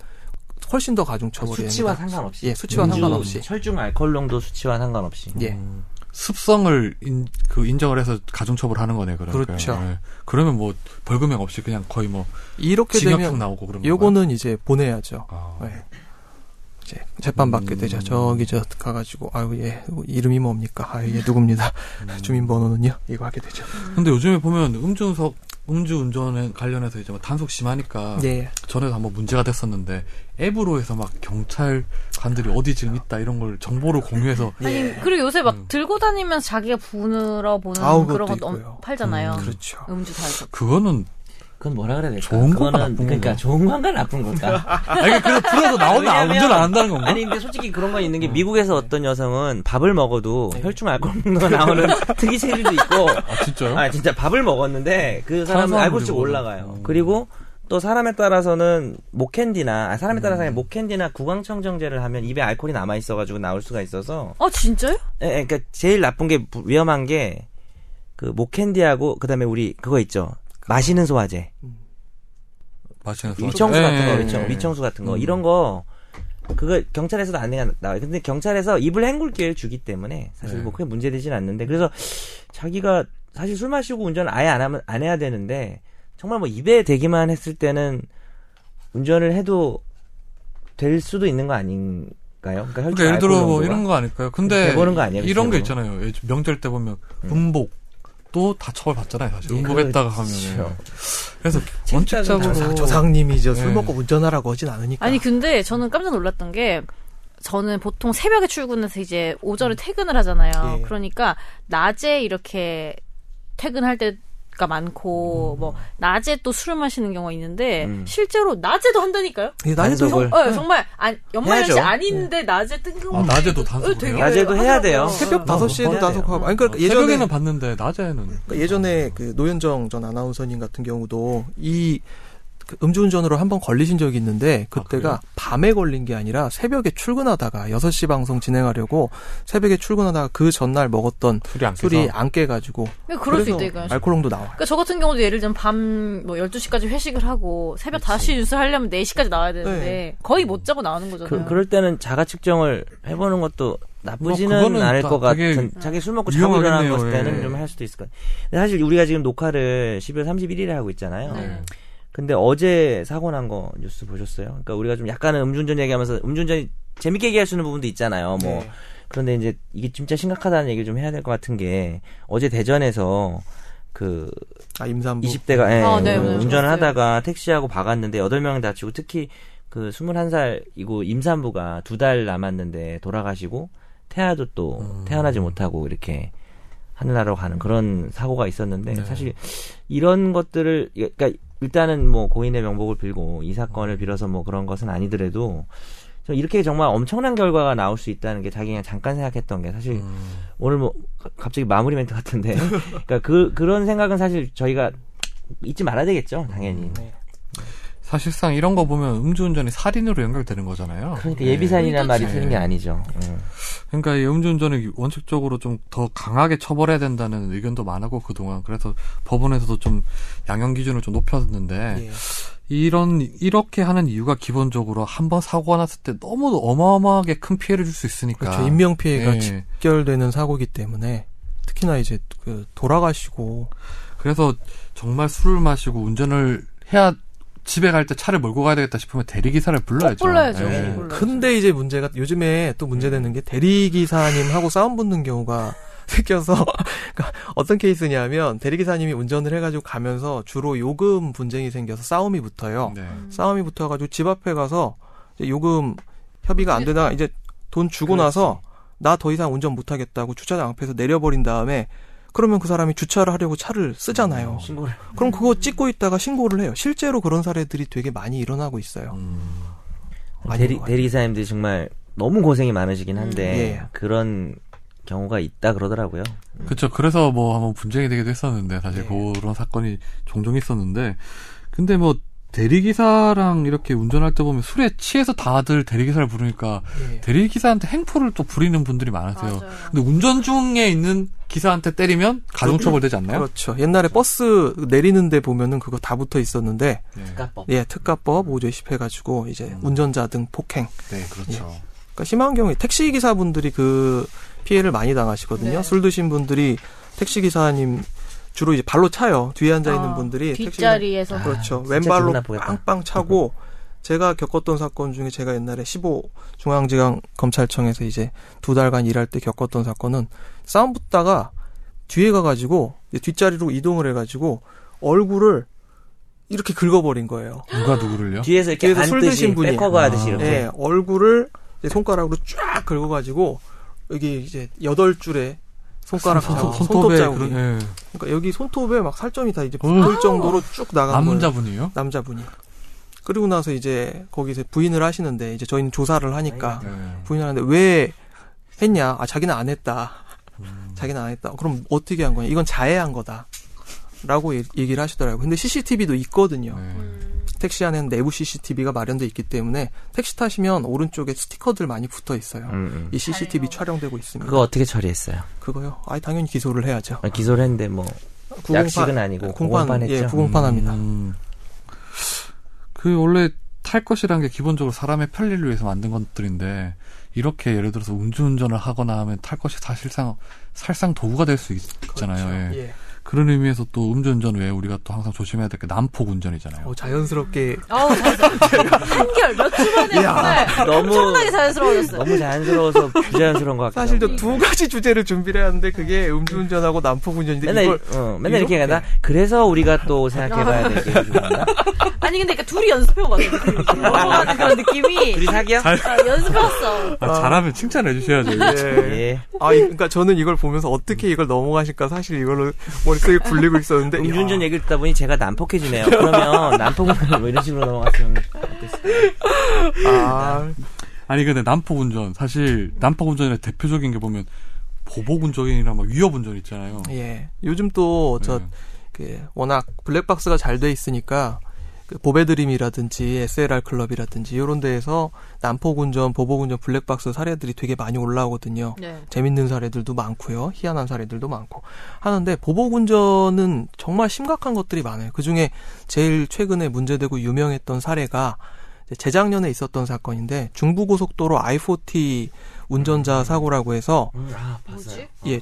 D: 훨씬 더 가중 처벌이
C: 그 수치와
D: 됩니다.
C: 상관없이.
D: 예, 수치와
C: 음주,
D: 상관없이.
C: 철중 알코올농도 수치와 상관없이.
D: 예,
A: 습성을 인, 그 인정을 해서 가중처벌 하는 거네 그러니까.
D: 그렇죠.
A: 그러면 뭐 벌금액 없이 그냥 거의 뭐
D: 이렇게
A: 징역형
D: 되면
A: 나오고 그런 건가요?
D: 요거는 이제 보내야죠.
A: 아.
D: 예. 이제 재판받게 되죠. 저기 저 가가지고 아유 예 이름이 뭡니까? 아유 예 누굽니다. 주민번호는요? 이거 하게 되죠.
A: 근데 요즘에 보면 음주운석 음주 운전에 관련해서 이제 뭐 단속 심하니까
C: 네.
D: 예.
A: 전에도 한번 문제가 됐었는데 앱으로 해서 막 경찰관들이 어디 지금 있다 이런 걸 정보를 공유해서
C: 네.
B: 아니 그리고 요새 막 들고 다니면서 자기가 부늘어 보는
D: 아우,
B: 그런
D: 그것도
B: 것도 엄-
D: 있고요.
B: 팔잖아요.
D: 그렇죠.
B: 음, 주다 해서.
A: 그거는
C: 그건 뭐라 그래야 될까?
A: 좋은 건가
C: 그거는
A: 나쁜
C: 그러니까
A: 건가?
C: 좋은 건가 나쁜 건가?
A: 아니 그래 들어도 나오면 안
C: 왜냐면-
A: 운전 안 한다는 건가?
C: 아니 근데 솔직히 그런 건 있는 게 미국에서 어떤 여성은 밥을 먹어도 혈중 알코올농도가 나오는 특이 체질도 있고
A: 아 진짜요?
C: 아 진짜 밥을 먹었는데 그 사람은
A: 탄수화물이
C: 알코올씩
A: 뭐든.
C: 올라가요.
A: 음.
C: 그리고 또 사람에 따라서는 목캔디나 아, 사람에 따라서 는 목캔디나 구강청정제를 하면 입에 알코올이 남아 있어가지고 나올 수가 있어서
B: 아 진짜요?
C: 예, 예, 그러니까 제일 나쁜 게 부- 위험한 게 그 목캔디하고 그다음에 우리 그거 있죠 마시는 소화제
A: 마시는 소리.
C: 위청수
A: 예,
C: 같은 거
A: 예,
C: 위청
A: 예.
C: 위청수 같은 거 이런 거 그거 경찰에서도 안내가 나와요. 근데 경찰에서 입을 헹굴 기회를 주기 때문에 사실 뭐
A: 네.
C: 크게 문제되진 않는데 그래서 자기가 사실 술 마시고 운전을 아예 안 하면 안 해야 되는데 정말 뭐 입에 대기만 했을 때는 운전을 해도 될 수도 있는 거 아닌가요? 그러니까, 혈중
A: 그러니까 예를 들어 뭐
C: 알코올 농도가.
A: 이런 거 아닐까요? 근데
C: 이렇게 보는 네, 거 아니에요,
A: 이런 거
C: 실제로?
A: 있잖아요. 예, 명절 때 보면 음복 또 다 처벌 받잖아요. 사실
C: 네,
A: 음복했다가 하면
C: 그렇죠.
A: 그래서 원칙적으로
D: 조상, 조상님이 저 술
A: 예.
D: 먹고 운전하라고 하진 않으니까.
B: 아니 근데 저는 깜짝 놀랐던 게 저는 보통 새벽에 출근해서 이제 오전에 퇴근을 하잖아요.
D: 예.
B: 그러니까 낮에 이렇게 퇴근할 때가 많고 뭐 낮에 또 술을 마시는 경우가 있는데
C: 음.
B: 실제로 낮에도 한다니까요.
D: 예, 낮에도
C: 단속을.
B: 어, 정말 안- 연말연시
C: 해야죠.
B: 아닌데 낮에 뜬금없이
A: 아, 낮에도
B: 또-
A: 단속을
B: 어, 되게
A: 해요?
C: 낮에도 해야 돼요.
B: 하더라고요.
D: 새벽
C: 어,
D: 5시에도
C: 해야 돼요. 어,
D: 단속하고. 아니, 그러니까 예전에,
A: 새벽에는 봤는데 낮에는
D: 그러니까 예전에 그 노현정 전 아나운서님 같은 경우도 이그 음주운전으로 한번 걸리신 적이 있는데 그때가
A: 그래요?
D: 밤에 걸린 게 아니라 새벽에 출근하다가 6시 방송 진행하려고 새벽에 출근하다가 그 전날 먹었던
A: 술이 안
D: 술이
A: 깨서
D: 안 깨가지고
B: 그러니까 그럴 수 있다
D: 그래서
B: 이거야.
D: 알코올농도 아. 나와요.
B: 그러니까 저 같은 경우도 예를 들면 밤 뭐 12시까지 회식을 하고 새벽 5시 뉴스 하려면 4시까지 나와야 되는데
D: 네.
B: 거의 못 자고 나오는 거잖아요.
C: 그, 럴 때는 자가 측정을 해보는 것도
A: 뭐
C: 나쁘지는
A: 그거는
C: 않을
A: 다
C: 것
A: 되게
C: 같은 자기 술 먹고 잠이 일어나는
A: 유용하겠네요.
C: 것 때는
A: 예.
C: 좀 할 수도 있을 것 같아요 근데 사실 우리가 지금 녹화를 12월 31일에 하고 있잖아요
B: 네.
C: 근데 어제 사고 난 거 뉴스 보셨어요? 그러니까 우리가 좀 약간은 음주운전 얘기하면서 음주운전이 재밌게 얘기할 수 있는 부분도 있잖아요 뭐
B: 네.
C: 그런데 이제 이게 진짜 심각하다는 얘기를 좀 해야 될 것 같은 게 어제 대전에서 그
D: 아, 임산부.
C: 20대가 예, 그
B: 아, 네, 네,
C: 운전을
B: 좋았어요. 다가
C: 하다가 택시하고 박았는데 8명 다치고 특히 그 21살이고 임산부가 두 달 남았는데 돌아가시고 태아도 또
B: 음.
C: 태어나지 못하고 이렇게 하늘나라로 가는 그런 사고가 있었는데 사실 이런 것들을 그러니까 일단은 뭐 고인의 명복을 빌고 이 사건을 빌어서 뭐 그런 것은 아니더라도 좀 이렇게 정말 엄청난 결과가 나올 수 있다는 게 자기가 잠깐 생각했던 게 사실 오늘 뭐 가- 갑자기 마무리 멘트 같은데 그러니까 그 그런 생각은 사실 저희가 잊지 말아야 되겠죠 당연히
A: 사실상 이런 거 보면 음주운전이 살인으로 연결되는 거잖아요.
C: 그러니까
A: 예.
C: 예비살인이라는 말이
B: 의도치.
C: 틀린 게 아니죠 음.
A: 그러니까 이 음주운전을 원칙적으로 좀 더 강하게 처벌해야 된다는 의견도 많았고 그동안 그래서 법원에서도 좀 양형 기준을 좀 높였는데
D: 예.
A: 이런 이렇게 하는 이유가 기본적으로 한 번 사고가 났을 때 너무 어마어마하게 큰 피해를 줄 수 있으니까
D: 그렇죠. 인명피해가
A: 예.
D: 직결되는 사고이기 때문에 특히나 이제 그 돌아가시고
A: 그래서 정말 술을 마시고 운전을 해야 집에 갈 때 차를 몰고 가야 되겠다 싶으면 대리기사를 불러야죠.
B: 꼭 불러야죠.
A: 예.
B: 꼭 불러야죠.
D: 근데 이제 문제가 요즘에 또 문제되는 게 대리기사님하고 싸움 붙는 경우가 생겨서 그러니까 어떤 케이스냐면 대리기사님이 운전을 해가지고 가면서 주로 요금 분쟁이 생겨서 싸움이 붙어요.
A: 네.
D: 싸움이 붙어가지고 집 앞에 가서 이제 요금 협의가 안 되다가 이제 돈 주고 나서 나 더 이상 운전 못하겠다고 주차장 앞에서 내려버린 다음에 그러면 그 사람이 주차를 하려고 차를 쓰잖아요.
C: 신고를.
D: 그럼 그거 찍고 있다가 신고를 해요. 실제로 그런 사례들이 되게 많이 일어나고 있어요. 많이
C: 대리,
D: 것 같아요.
C: 대리기사님들이 정말 너무 고생이 많으시긴
D: 음,
C: 한데
D: 예.
C: 그런 경우가 있다 그러더라고요.
A: 그렇죠. 그래서 뭐 한번 분쟁이 되기도 했었는데 사실
D: 네.
A: 그런 사건이 종종 있었는데 근데 뭐 대리기사랑 이렇게 운전할 때 보면 술에 취해서 다들 대리기사를 부르니까
D: 예.
A: 대리기사한테 행포를 또 부리는 분들이 많으세요.
B: 맞아요.
A: 근데 운전 중에 있는 기사한테 때리면 가중처벌 되지 않나요?
D: 그렇죠. 옛날에 버스 내리는데 보면은 그거 다 붙어 있었는데
A: 네.
C: 특가법.
D: 예 특가법 5조에 시해가지고 이제
A: 음.
D: 운전자 등 폭행.
A: 네, 그렇죠.
D: 그러니까 심한 경우에 택시 기사분들이 그 피해를 많이 당하시거든요.
B: 네.
D: 술 드신 분들이 택시 기사님 주로 이제 발로 차요. 뒤에 앉아 있는
B: 아,
D: 분들이 택시
B: 뒷자리에서
D: 기사- 그렇죠.
C: 아, 진짜
D: 왼발로
C: 기분 나쁘겠다. 음.
D: 빵빵 차고 제가 겪었던 사건 중에 제가 옛날에 15 중앙지방 검찰청에서 이제 두 달간 일할 때 겪었던 사건은 싸움 붙다가 뒤에 가가지고 이제 뒷자리로 이동을 해가지고 얼굴을 이렇게 긁어버린 거예요.
A: 누가 누구를요?
C: 뒤에서 이렇게
D: 뒤에서 술
C: 앉듯이
D: 드신 분이.
C: 백허그 하듯이
A: 아.
C: 이렇게.
D: 예, 얼굴을 이제 손가락으로 쫙 긁어가지고 여기 이제 여덟 줄에 손가락
A: 손-
D: 자국,
A: 손-
D: 손톱
A: 손톱에
D: 자국이.
A: 그런- 예.
D: 그러니까 여기 손톱에 막 살점이 다 이제
A: 음. 아,
D: 붙을 정도로 쭉 나간 거예요.
A: 남자분이에요?
D: 남자분이. 그리고 나서 이제 거기서 부인을 하시는데 이제 저희는 조사를 하니까
A: 네.
D: 부인하는데 왜 했냐? 아 자기는 안 했다.
C: 음.
D: 자기는 안 했다. 그럼 어떻게 한 거냐? 이건 자해한 거다. 라고 얘- 얘기를 하시더라고요. 근데 CCTV도 있거든요.
A: 네.
D: 택시 안에는 내부 CCTV가 마련돼 있기 때문에 택시 타시면 오른쪽에 스티커들 많이 붙어 있어요.
C: 음, 음.
D: 이 CCTV 촬영되고 있습니다.
C: 그거 어떻게 처리했어요?
D: 그거요? 아이 당연히 기소를 해야죠.
C: 아, 기소를 했는데 뭐 약식은 아니고 공판
D: 공판
C: 했죠.
D: 예, 구공판합니다.
A: 음. 그 원래 탈 것이란 게 기본적으로 사람의 편리를 위해서 만든 것들인데 이렇게 예를 들어서 음주운전을 하거나 하면 탈 것이 사실상 살상 도구가 될 수 있잖아요. 예.
D: 예.
A: 그런 의미에서 또 음주운전 외에 우리가 또 항상 조심해야 될 게 난폭 운전이잖아요.
D: 어,
C: 음.
D: 자연스럽게
B: 어우, 맞아. 한결 몇 주 만에 정말
C: 너무
B: 엄청나게 자연스러워졌어요.
C: 너무 자연스러워서 부자연스러운 것 같아요.
D: 사실 저 두 가지 주제를 준비를 했는데 그게 음주운전하고 난폭운전인데
C: 맨날
D: 이걸
C: 이- 어, 맨날 이렇게
D: 이렇게? 네.
C: 가다 그래서 우리가 또 생각해봐야 될 게 있구나.
B: 아니 근데 그러니까 둘이 연습해온 것 같아요. 둘이 이렇게 넘어가는 그런
C: 둘이
B: 느낌이
C: 사귀어?
B: 아, 연습해왔어.
A: 아, 잘하면 칭찬해 주셔야죠.
D: 예.
C: 예.
D: 아, 이- 그러니까 저는 이걸 보면서 어떻게 이걸 넘어가실까 사실 이걸로 머릿속에 굴리고 있었는데
C: 음주운전
D: 야.
C: 얘기를 듣다 보니 제가 난폭해지네요. 그러면 난폭은 뭐 이런 식으로 넘어갔으면 어땠을까요?
D: 아,
A: 아니 근데 난폭 운전 사실 난폭 운전의 대표적인 게 보면 보복 운전이나 막 위협 운전 있잖아요.
D: 예. 요즘 또저
A: 네.
D: 그 워낙 블랙박스가 잘 돼 있으니까 그 보배드림이라든지 SLR 클럽이라든지 이런 데에서 난폭운전, 보복운전 블랙박스 사례들이 되게 많이 올라오거든요.
B: 네.
D: 재밌는 사례들도 많고요. 희한한 사례들도 많고 하는데 보복운전은 정말 심각한 것들이 많아요. 그중에 제일 최근에 문제되고 유명했던 사례가 이제 재작년에 있었던 사건인데 중부고속도로 I40 운전자 사고라고 해서
C: 음. 아, 그렇죠. 음.
B: 뭐지?
D: 예,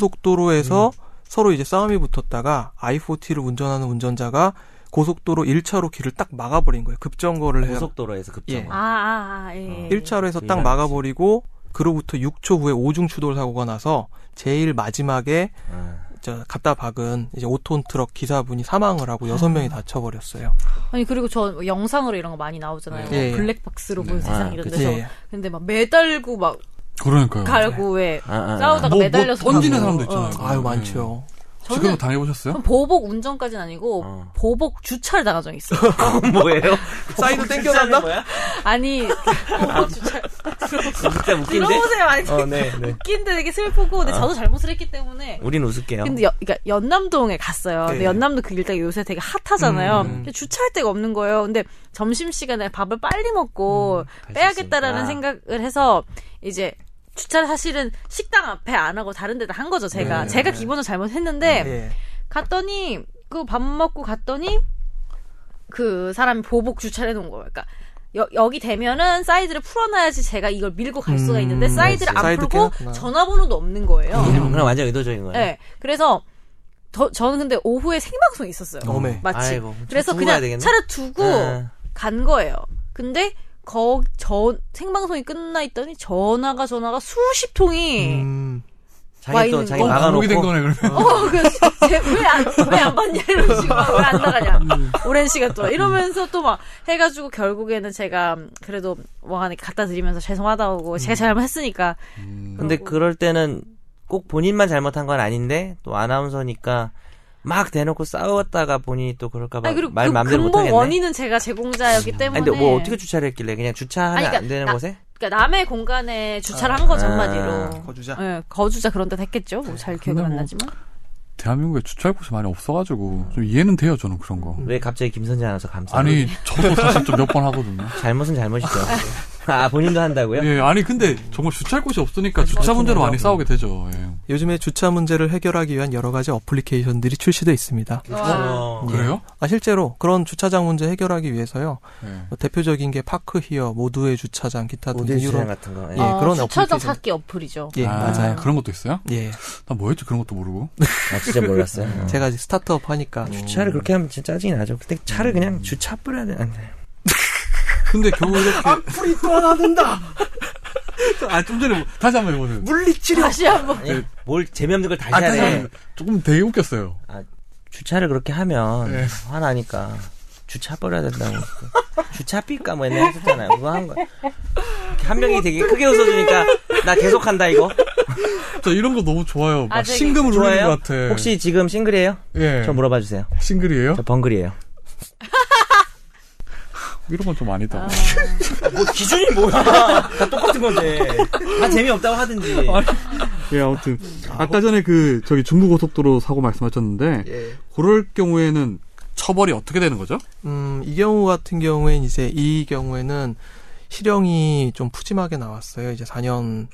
D: 중부고속도로에서 서로 이제 싸움이 붙었다가 I40를 운전하는 운전자가 고속도로 1차로 길을 딱 막아버린 거예요. 급정거를 해요.
C: 고속도로에서 급정.
D: 예.
B: 아, 아, 아, 예.
D: 1차로에서 딱
C: 예.
D: 막아버리고 그로부터 6초 후에 오중 추돌 사고가 나서 제일 마지막에
C: 아,
D: 저 갖다 박은 이제 5톤 트럭 기사분이 사망을 하고 6명이 다쳐버렸어요.
B: 아니 그리고 저뭐 영상으로 이런 거 많이 나오잖아요.
D: 예, 예.
B: 블랙박스로 본
C: 아,
B: 세상 이런
C: 그치.
B: 데서.
D: 예.
B: 근데 막 매달고 막
A: 그러니까요.
B: 갈고 왜
C: 아, 아, 아.
B: 싸우다가
A: 뭐, 뭐
B: 매달려서
A: 던지는
B: 가고.
A: 사람도 있잖아요.
B: 어.
D: 아유 많죠.
A: 지금
B: 저는
A: 당해보셨어요?
B: 그럼 보복 운전까지는 아니고
C: 어.
B: 보복 주차를 당한 적이 있어요.
C: 뭐예요?
D: 사이드 땡겨놨나?
C: 뭐야?
B: 아니 보복 주차
C: 진짜 웃긴데?
B: 들어보세요. 아니
C: 어, 네, 네.
B: 웃긴데 되게 슬프고
C: 아.
B: 근데 저도 잘못을 했기 때문에
C: 우린 웃을게요.
B: 근데 여, 그러니까 연남동에 갔어요. 근데
D: 네.
B: 연남동 그 일대가 요새 되게
C: 음,
B: 핫하잖아요. 근데 주차할 데가 없는 거예요. 근데 점심 시간에 밥을 빨리 먹고
C: 음, 갈수
B: 빼야겠다라는
C: 있으니까.
B: 생각을 해서 이제 주차를 사실은 식당 앞에 안 하고 다른 데다 한 거죠. 제가
D: 네.
B: 제가 기본적으로 잘못했는데
C: 네.
D: 예.
B: 갔더니 그 밥 먹고 갔더니 그 사람이 보복 주차를 해놓은 거예요. 그러니까 여, 기 되면은 사이드를 풀어놔야지 제가 이걸 밀고 갈 수가 있는데 사이드를 안
D: 사이드
B: 풀고
D: 깨놨구나.
C: 음.
B: 전화번호도 없는 거예요.
C: 그냥 완전 의도적인 거예요.
B: 네. 그래서 저, 저는 근데 오후에 생방송이 있었어요.
D: 어메.
B: 마침.
C: 아이고, 좀
B: 그래서
C: 두고 가야
B: 그냥
C: 되겠네.
B: 차를 두고
C: 아.
B: 간 거예요. 근데 거, 저, 생방송이 끝나 있더니 전화가 전화가 수십 통이
D: 음.
C: 자기 또
B: 와인은
C: 자기
B: 어,
C: 막아놓고
G: 된 거네 그러면.
B: 어, 그왜안왜안 봤냐 이런 식으로 왜 안 나가냐 오랜 시간 동안 이러면서 또 막 해가지고 결국에는 제가 그래도 왕한테 갖다 드리면서 죄송하다고
C: 음.
B: 제가 잘못했으니까
C: 근데 그럴 때는 꼭 본인만 잘못한 건 아닌데 또 아나운서니까 막 대놓고 싸웠다가 본인이 또 그럴까봐
B: 아니 그리고
C: 말
B: 그
C: 마음대로
B: 근본
C: 못하겠네.
B: 원인은 제가 제공자였기 때문에
C: 아니, 근데 뭐 어떻게 주차를 했길래 그냥 주차하면
B: 아니,
C: 안
B: 그러니까
C: 되는
B: 나-
C: 곳에?
B: 그러니까 남의 공간에 주차를 한 거죠
C: 아.
B: 한마디로
D: 거주자.
B: 예, 거주자 그런 데 했겠죠 뭐 잘 기억은 안
A: 근데 뭐-
B: 나지만
A: 대한민국에 주차할 곳이 많이 없어가지고 좀 이해는 돼요 저는 그런 거.
C: 왜 갑자기 김선재 아나운서 음. 감사?
A: 아니 저도 사실 좀 몇 번 하거든요.
C: 잘못은 잘못이죠. 아 본인도 한다고요?
A: 예, 아니 근데 정말 주차할 곳이 없으니까 주차 문제로 많이 싸우게 되죠. 예.
D: 요즘에 주차 문제를 해결하기 위한 여러 가지 어플리케이션들이 출시돼 있습니다.
C: 어.
A: 그래요?
D: 아 실제로 그런 주차장 문제 해결하기 위해서요.
A: 예.
D: 뭐 대표적인 게 파크 히어, 모두의 주차장, 기타 등
C: 모델 주차장
D: 이런
C: 같은 거.
D: 예,
B: 어,
D: 그런
B: 주차장
D: 어플리케이션.
B: 찾기 어플이죠
D: 예,
A: 아,
D: 맞아요.
A: 그런 것도 있어요?
D: 예.
A: 나 뭐였지 그런 것도 모르고. 네,
C: 아 진짜 몰랐어요. 어.
D: 제가 이제 스타트업 하니까
C: 주차를 그렇게 하면 진짜 짜증이 나죠. 근데 차를 그냥 주차 뿌려야 아, 네. 되는데.
A: 근데 겨우 이렇게
F: 악플이 또 하나 된다.
A: 아 좀 전에 뭐- 다시 한번 해보세요.
F: 물리치료.
B: 다시 한번
C: 아니, 그 뭘 재미없는 걸 다시
A: 아 다시
C: 하네.
A: 한번 조금 되게 웃겼어요.
C: 주차를 그렇게 하면
A: 네.
C: 화나니까 주차 버려야 된다고 주차 삐까 뭐 옛날에 했었잖아요 그거 한 거야 한 명이 되게 크게 웃어주니까 나 계속한다 이거
A: 저 이런 거 너무 좋아요. 막
B: 아, 되게
A: 신금을 울리는
C: 좋아요?
A: 것 같아.
C: 혹시 지금 싱글이에요?
A: 예.
C: 저 물어봐 주세요
A: 싱글이에요?
C: 저 벙글이에요
A: 이런 건 좀 아니다.
C: 뭐 기준이 뭐야 다 똑같은 건데 다 재미없다고 하든지
A: 예, 아무튼 아까 전에 그 저기 중부 고속도로 사고 말씀하셨는데
D: 예.
A: 그럴 경우에는 처벌이 어떻게 되는 거죠?
D: 음, 이 경우 같은 경우엔 이제 이 경우에는 실형이 좀 푸짐하게 나왔어요. 이제 4년.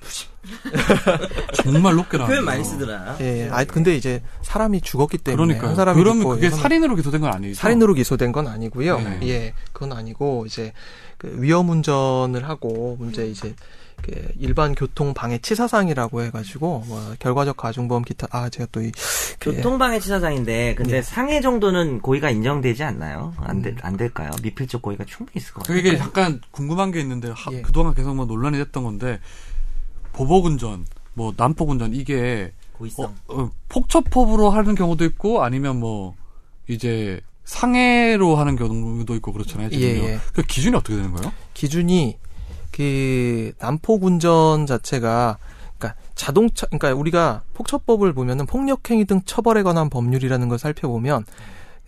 A: 정말 높게 나와요.
C: 표현 많이 쓰더라
D: 예. 아 근데 이제 사람이 죽었기 때문에
A: 그러니까요.
D: 한 사람이
A: 그러면
D: 죽고
A: 그게
D: 여섯 명-
A: 살인으로 기소된 건 아니죠?
D: 살인으로 기소된 건 아니고요.
A: 네.
D: 예. 그건 아니고 이제 그 위험 운전을 하고 문제 이제 그 일반 교통 방해 치사상이라고 해 가지고 뭐 결과적 가중범 기타 아 제가 또이
C: 교통방해 그 치사상인데 근데 상해 정도는 고의가 인정되지 않나요? 안, 될-
D: 음.
C: 안 될까요? 미필적 고의가 충분히 있을 것 같아요
A: 그게 약간 궁금한 게 있는데 하-
D: 예.
A: 그동안 계속 뭐 논란이 됐던 건데 보복운전, 뭐 난폭운전 이게
C: 고의성
A: 어, 어, 폭처법으로 하는 경우도 있고 아니면 뭐 이제 상해로 하는 경우도 있고 그렇잖아요.
D: 예,
A: 지금요.
D: 예.
A: 그 기준이 어떻게 되는 거예요?
D: 기준이 그 난폭 운전 자체가 그러니까 자동차 그러니까 우리가 폭처법을 보면은 폭력행위 등 처벌에 관한 법률이라는 걸 살펴보면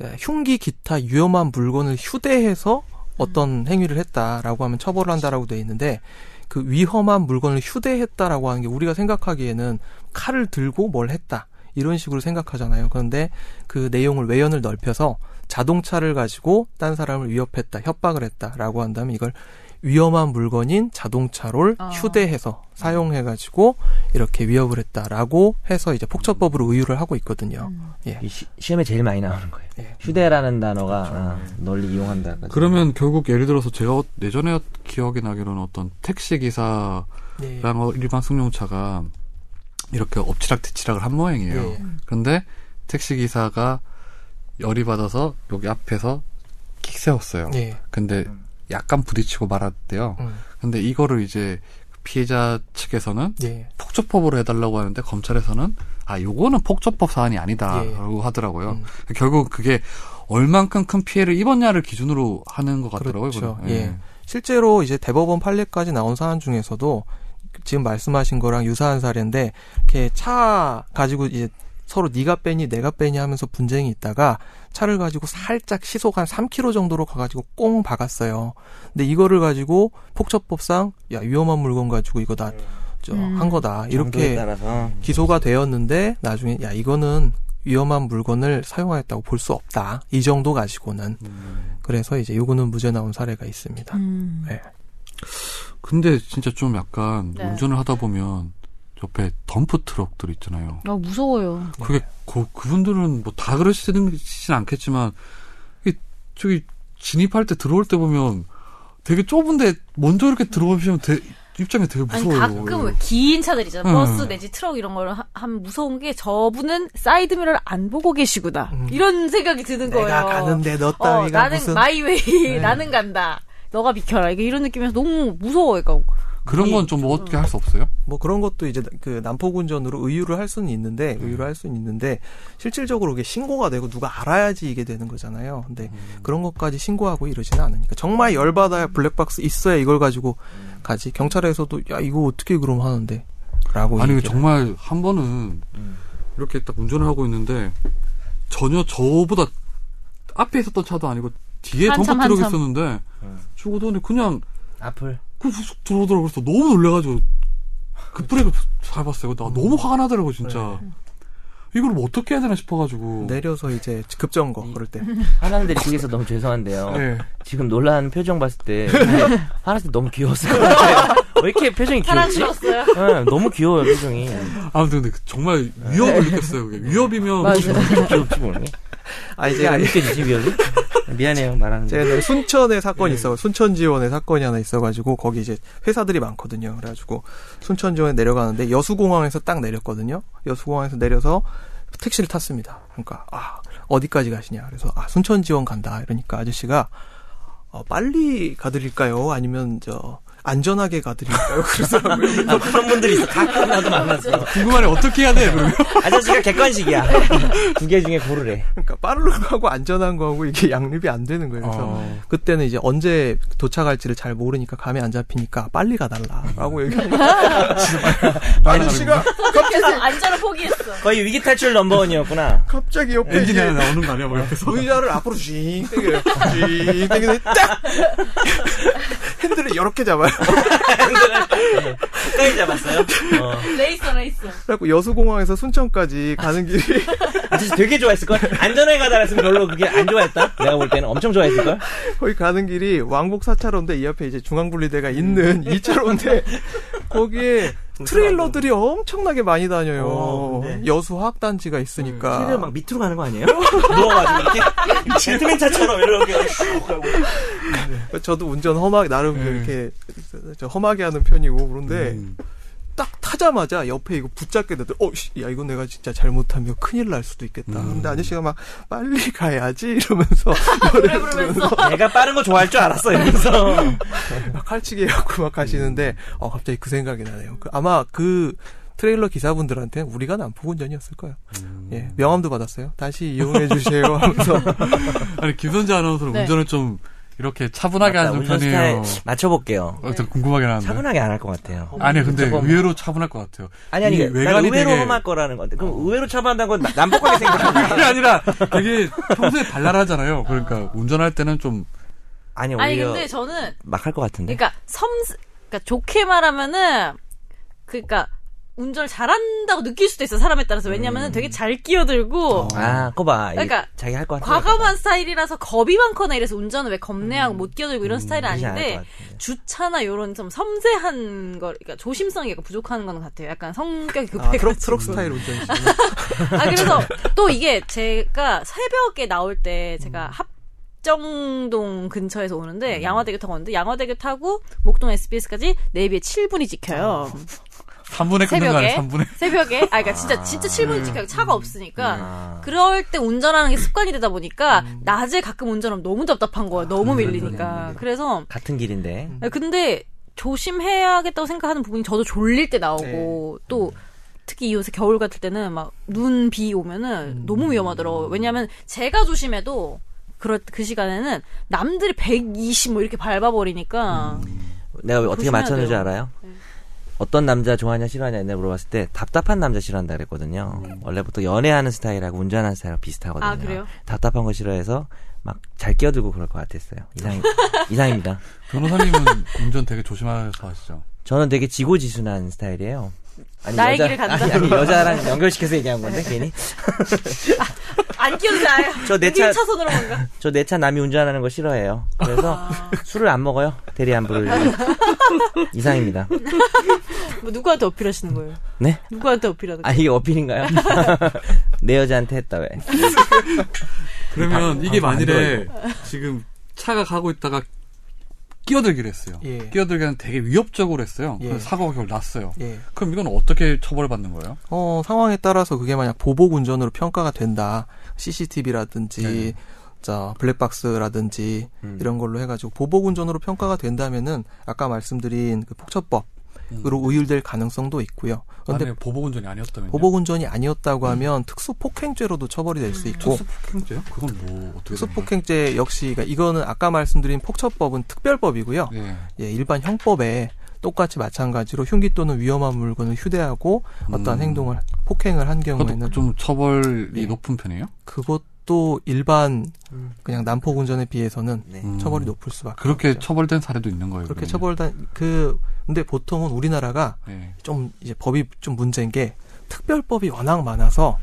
D: 예, 흉기 기타 위험한 물건을 휴대해서 어떤 행위를 했다라고 하면 처벌을 한다라고 돼 있는데 그 위험한 물건을 휴대했다라고 하는 게 우리가 생각하기에는 칼을 들고 뭘 했다 이런 식으로 생각하잖아요. 그런데 그 내용을 외연을 넓혀서 자동차를 가지고 딴 사람을 위협했다, 협박을 했다라고 한다면 이걸 위험한 물건인 자동차를
B: 아.
D: 휴대해서 사용해가지고 이렇게 위협을 했다라고 해서 이제 폭처법으로 의유를 하고 있거든요.
C: 이 시, 시험에 제일 많이 나오는 거예요.
D: 예.
C: 휴대라는 단어가 아, 널리 이용한다.
A: 그러면 결국 예를 들어서 제가 예전에 기억이 나기로는 어떤 택시 기사랑
D: 예.
A: 어, 일반 승용차가 이렇게 엎치락뒤치락을 한 모양이에요.
D: 예.
A: 그런데 택시 기사가 열이 받아서 여기 앞에서 킥 세웠어요.
D: 예.
A: 근데 약간 부딪히고 말았대요.
D: 음.
A: 근데 이거를 이제 피해자 측에서는
D: 예.
A: 폭조법으로 해달라고 하는데 검찰에서는 아 요거는 폭조법 사안이
D: 예.
A: 아니다라고 하더라고요.
D: 음.
A: 결국 그게 얼만큼 큰 피해를 입었냐를 기준으로 하는 것 같더라고요.
D: 그렇죠.
A: 이거는.
D: 예. 실제로 이제 대법원 판례까지 나온 사안 중에서도 지금 말씀하신 거랑 유사한 사례인데 이렇게 차 가지고 이제 서로 네가 빼니 내가 빼니 하면서 분쟁이 있다가 차를 가지고 살짝 시속 한 3km 정도로 가가지고 꽁 박았어요. 근데 이거를 가지고 폭처법상 야 위험한 물건 가지고 이거 다 저
B: 음.
D: 한 거다
C: 정도에
D: 이렇게
C: 따라서
D: 기소가 되었는데 나중에 야 이거는 위험한 물건을 사용하였다고 볼 수 없다 이 정도 가지고는
C: 음.
D: 그래서 이제 요거는 무죄 나온 사례가 있습니다.
B: 음.
D: 네.
A: 근데 진짜 좀 약간
B: 네.
A: 운전을 하다 보면 옆에 덤프 트럭들 있잖아요.
B: 아 무서워요
D: 네.
A: 그게 그, 그분들은 뭐 다 그러시진 않겠지만 이 저기 진입할 때 들어올 때 보면 되게 좁은데 먼저 이렇게 들어오시면 되- 입장이 되게
B: 아니
A: 무서워요.
B: 가끔 왜 긴 차들 있잖아.
A: 음.
B: 요 버스 내지 트럭 이런 거를 하- 하면 무서운 게 저분은 사이드미러를 안 보고 계시구나. 이런 생각이 드는 거예요.
D: 내가 가는데 너
B: 어,
D: 따위가
B: 나는
D: 무슨
B: 마이웨이 나는 간다. 너가 비켜라. 이게 이런 느낌에서 너무 무서워. 그러니까
A: 그런 건 좀 어떻게 할 수 없어요?
D: 뭐 그런 것도 이제 그 난폭운전으로 의유를 할 수는 있는데
A: 음.
D: 의유를 할 수는 있는데 실질적으로 이게 신고가 되고 누가 알아야지 이게 되는 거잖아요. 근데
A: 음.
D: 그런 것까지 신고하고 이러지는 않으니까 정말 열받아야 블랙박스 있어야 이걸 가지고 가지 경찰에서도 야 이거 어떻게 그럼 하는데
C: 뭐
D: 라고
A: 아니
D: 얘기를.
A: 정말 한 번은
C: 음.
A: 이렇게 딱 운전을 하고 있는데 전혀 저보다 앞에 있었던 차도 아니고 뒤에
B: 한참,
A: 덤프 트럭이
B: 한참.
A: 있었는데 죽어더니 그냥
C: 음. 앞을
A: 그 후쑥 들어오더라고 그래서 너무 놀래가지고
C: 아,
A: 그 브레이크
C: 그렇죠.
A: 밟았어요.
C: 음.
A: 나 너무 화가 나더라고 진짜.
C: 네.
A: 이걸 뭐 어떻게 해야 되나 싶어가지고.
D: 내려서 이제 급정거 그럴 때
C: 하나님들 중에서 너무 죄송한데요.
A: 네.
C: 지금 놀라는 표정 봤을 때 화났을 때 너무 귀여웠을 것 같아요. 왜 이렇게 표정이 귀엽지?
B: 사랑스러웠어요.
C: 응, 너무 귀여워요 표정이.
A: 아무튼 근데 그 정말 위협을 느꼈어요. 그게. 위협이면
C: 맞아. 귀엽지 모르네.
D: 아
C: 이게
D: 이제
C: 안 느껴지지 위협이? 미안해요 말하는 거.
D: 제가 옛날에 순천에 사건이 있어 순천 지원에 사건이 하나 있어가지고 거기 이제 회사들이 많거든요. 그래가지고 순천 지원에 내려가는데 여수공항에서 딱 내렸거든요. 여수공항에서 내려서 택시를 탔습니다. 그러니까 아 어디까지 가시냐? 그래서 아 순천 지원 간다. 이러니까 아저씨가 어, 빨리 가드릴까요? 아니면 저 안전하게 가드릴까요? 그래서
C: 아, 그런 분들이 있어. 가끔 나도 만났어.
A: 궁금하네 어떻게 해야 돼 그러면.
C: 아저씨가 객관식이야. 두 개 중에 고르래.
D: 그러니까 빠른 거하고 안전한 거하고 이게 양립이 안 되는 거예요. 그래서
A: 어.
D: 그때는 이제 언제 도착할지를 잘 모르니까 감이 안 잡히니까 빨리
A: 음.
D: 가달라라고 얘기하는 거예요. 아저씨가
B: 그래서 안전을 포기했어.
C: 거의 위기 탈출 넘버원이었구나.
D: 갑자기 옆에
A: 엔진
D: 이제
A: 하나 나오는 거 아니야 뭐 옆에서.
D: 의자를 앞으로 쥐 땡겨요. 쥐 땡겨서 딱! 핸들을 이렇게 잡아요.
C: 끝까지 잡았어요. 어.
B: 레이서 레이서.
D: 그래갖고 여수공항에서 순천까지 가는 길이
C: 아저씨 되게 좋아했을걸? 안전하게 가다랬으면 별로 그게 안 좋아했다? 내가 볼 때는 엄청 좋아했을걸?
D: 거기 가는 길이 왕복 4차로인데 이 옆에 이제 중앙분리대가 있는 2차로인데 거기에 트레일러들이 엄청나게 많이 다녀요.
C: 어, 네.
D: 여수 화학단지가
F: 음,
D: 있으니까.
C: 트레일러 막 밑으로 가는 거 아니에요?
F: 그렇죠.
C: 누워가지고 이렇게 젠틀맨 차처럼 이렇게 슉 하고.
D: 저도 운전 험하게 나름 이렇게 저 험하게 하는 편이고 그런데
C: 네.
A: 음.
D: 딱 타자마자 옆에 이거 붙잡게 되더 어, 씨, 야 이건 내가 진짜 잘못하면 큰일 날 수도 있겠다. 근데 아저씨가 막 빨리 가야지 이러면서 노래 부르면서
C: 내가 빠른 거 좋아할 줄 알았어, 이러면서.
D: 막 칼치기 해갖고 막 가시는데 어 갑자기 그 생각이 나네요. 그- 아마 그 트레일러 기사분들한테 는 우리가 난폭 운전이었을 거예요. 예, 명함도 받았어요. 다시 이용해 주세요 하면서
A: 아니 김선재 아나운서는
B: 네.
A: 운전을 좀 이렇게 차분하게
C: 맞다,
A: 하는
C: 운전 스타일
A: 편이에요.
C: 맞춰볼게요.
A: 어, 되게 궁금하긴 한데.
C: 차분하게 안 할 것 같아요.
A: 아니 근데
C: 조금-
A: 의외로 차분할 것 같아요.
C: 아니, 아니,
A: 이
C: 난 의외로
A: 되게-
C: 험할 거라는 건데. 그럼
B: 어.
C: 의외로 처벌한다는 건 나- 난폭하게 생각하는 거야.
A: 그게 아니라 되게 평소에 발랄하잖아요. 그러니까 운전할 때는 좀
C: 아니,
B: 아니
C: 오히려 네.
B: 근데 저는
C: 막 할 것 같은데.
B: 그러니까 섬 그러니까 좋게 말하면은 그러니까 운전을 잘한다고 느낄 수도 있어 사람에 따라서 왜냐면은 되게 잘 끼어들고
C: 아, 그거 봐. 이게
B: 그러니까
C: 자기 할 것 같아.
B: 과감한 스타일이라서 겁이 많거나 이래서 운전을 왜 겁내하고 못 끼어들고 이런 스타일은
C: 음. 그러지 않을
B: 아닌데
C: 것 같은데.
B: 주차나 이런 좀 섬세한 거 그러니까 조심성이 약간 부족한 건 같아요. 약간 성격이
D: 아,
B: 급해.
C: 그렇죠.
D: 트럭 트럭 스타일 운전이시
B: 아 그래서 또 이게 제가 새벽에 나올 때 제가
C: 음.
B: 합정동 근처에서 오는데 양화대교 타고 오는데 양화대교 타고 목동 SBS까지 4비에 7분이 찍혀요.
C: 아.
A: 3분에 끝는 거
B: 새벽에
A: 아니에요? 3분에.
B: 새벽에 아 그러니까 진짜 진짜
C: 음.
B: 7분이 찍혀요. 차가
C: 아,
B: 없으니까 그럴 때 운전하는 게 습관이 되다 보니까
C: 음.
B: 낮에 가끔 운전하면 너무 답답한 거예요. 너무
C: 네,
B: 밀리니까. 그래서 네,
C: 같은 길인데.
B: 근데 조심해야겠다고 생각하는 부분이 저도 졸릴 때
C: 네.
B: 나오고 또
C: 음.
B: 특히 요새 겨울 같을 때는 막 눈 비
C: 음.
B: 오면은 너무 위험하더라고요. 왜냐하면 제가 조심해도 그럴 그 시간에는 남들이 120 뭐 이렇게 밟아버리니까
C: 음. 내가 왜 어떻게
B: 조심해야
C: 맞춰줄 줄
B: 돼요. 네.
C: 알아요? 어떤 남자 좋아하냐 싫어하냐 옛날에 물어봤을 때 답답한 남자 싫어한다 그랬거든요. 원래부터 연애하는 스타일하고 운전하는 스타일하고 비슷하거든요.
B: 네. 아, 그래요?
C: 답답한 거 싫어해서 막 잘 끼어들고 그럴 것 같았어요. 이상 이상입니다.
A: 변호사님은 운전 되게 조심하셔서 하시죠.
C: 저는 되게 지고지순한 스타일이에요. 아니,
B: 나의 길을 간다. 네.
C: 아니, 아니, 여자랑 연결시켜서 얘기한 건데 괜히
B: 안 끼어들어요.
C: 저내 차-
B: 느낌 차선으로 뭔가
C: 저 내 차 남이 운전하는 거 싫어해요. 그래서
B: 아.
C: 술을 안 먹어요. 대리 안부를 위해. 이상입니다.
B: 뭐 누구한테 어필하시는 거예요?
C: 네?
B: 누구한테 어필하는
C: 아
B: 거예요?
C: 이게 어필인가요? 내 여자한테 했다 왜?
A: 그러면 이게
C: 방송 안
A: 만일에 지금 차가 가고 있다가 끼어들기로 했어요.
D: 예.
A: 끼어들기는 되게 위협적으로 했어요.
D: 예.
A: 그래서 사고가 결국 났어요.
D: 예.
A: 그럼 이건 어떻게 처벌을 받는 거예요?
D: 어, 상황에 따라서 그게 만약 보복 운전으로 평가가 된다. CCTV라든지
A: 네.
D: 자, 블랙박스라든지
C: 음.
D: 이런 걸로 해 가지고 보복 운전으로 평가가 된다면은 아까 말씀드린 그 폭처법으로 우율될 가능성도 있고요.
A: 만약에
D: 그런데
A: 보복 운전이 아니었다면
D: 보복 운전이 아니었다고 하면 특수 폭행죄로도 처벌이 될 수 있고
A: 특수 폭행죄요? 그건 뭐 어떻게
D: 특수
A: 되는
D: 폭행죄 역시 그러니까 이거는 아까 말씀드린 폭처법은 특별법이고요.
A: 거예요? 예.
D: 예, 일반 형법에 똑같이 마찬가지로 흉기 또는 위험한 물건을 휴대하고 어떠한
A: 음.
D: 행동을 폭행을 한 경우에는
A: 그것도 좀 처벌이
D: 예.
A: 높은 편이에요?
D: 그것도 일반
C: 음.
D: 그냥 난폭 운전에 비해서는
C: 네.
A: 음.
D: 처벌이 높을 수밖에
A: 그렇게
D: 없죠.
A: 처벌된 사례도 있는 거예요.
D: 그렇게
A: 그러면?
D: 처벌단 음. 그 근데 보통은 우리나라가
A: 예.
D: 좀 이제 법이 좀 문제인 게 특별법이 워낙 많아서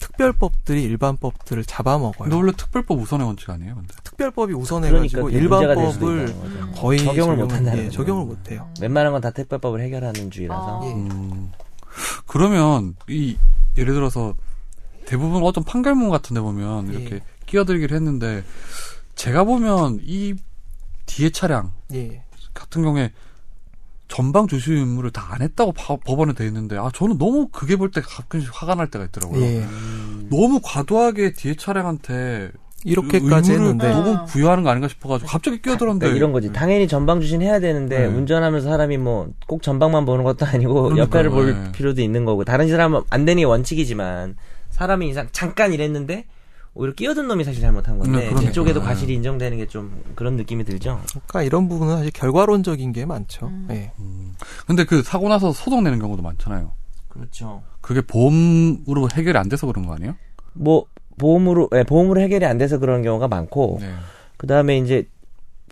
D: 특별법들이 일반법들을 잡아먹어요.
A: 근데 원래 특별법 우선의 원칙 아니에요, 근데?
D: 특별법이
C: 그러니까
D: 우선해가지고
C: 그게 문제가 될 수도
D: 일반법을
C: 있다는 거죠.
D: 거의
C: 적용을
D: 적용을-
C: 못한다는
D: 예,
C: 거죠.
D: 적용을 못해요.
C: 웬만한 건 다 특별법을 해결하는 주의라서.
B: 아.
D: 예.
A: 음. 그러면 이 예를 들어서 대부분 어떤 판결문 같은 데 보면 이렇게
D: 예.
A: 끼어들기를 했는데 제가 보면 이 뒤에 차량
D: 예.
A: 같은 경우에 전방 주시 의무를 다 안 했다고 파- 법원에 돼 있는데 아 저는 너무 그게 볼 때 가끔씩 화가 날 때가 있더라고요.
D: 예.
A: 너무 과도하게 뒤에 차량한테
D: 이렇게까지
A: 의무를
D: 했는데
A: 너무 부여하는 거 아닌가 싶어가지고 갑자기 끼어들었는데
C: 그러니까 이런 거지. 당연히 전방 주신 해야 되는데
A: 네.
C: 운전하면서 사람이 뭐 꼭 전방만 보는 것도 아니고
A: 그러니까요.
C: 옆에를 볼
A: 네.
C: 필요도 있는 거고 다른 사람은 안 되는 게 원칙이지만 사람이 이상 잠깐 이랬는데 오히려 끼어든 놈이 사실 잘못한
A: 네,
C: 건데
A: 그러니까요.
C: 이쪽에도
A: 네.
C: 과실이 인정되는 게 좀 그런 느낌이 들죠.
D: 그러니까 이런 부분은 사실 결과론적인 게 많죠. 예.
A: 음. 근데 그 사고 나서 소송 내는 경우도 많잖아요.
C: 그렇죠.
A: 그게 보험으로 해결이 안 돼서 그런 거 아니에요?
C: 뭐 보험으로 예, 보험으로 해결이 안 돼서 그런 경우가 많고
A: 네.
C: 그다음에 이제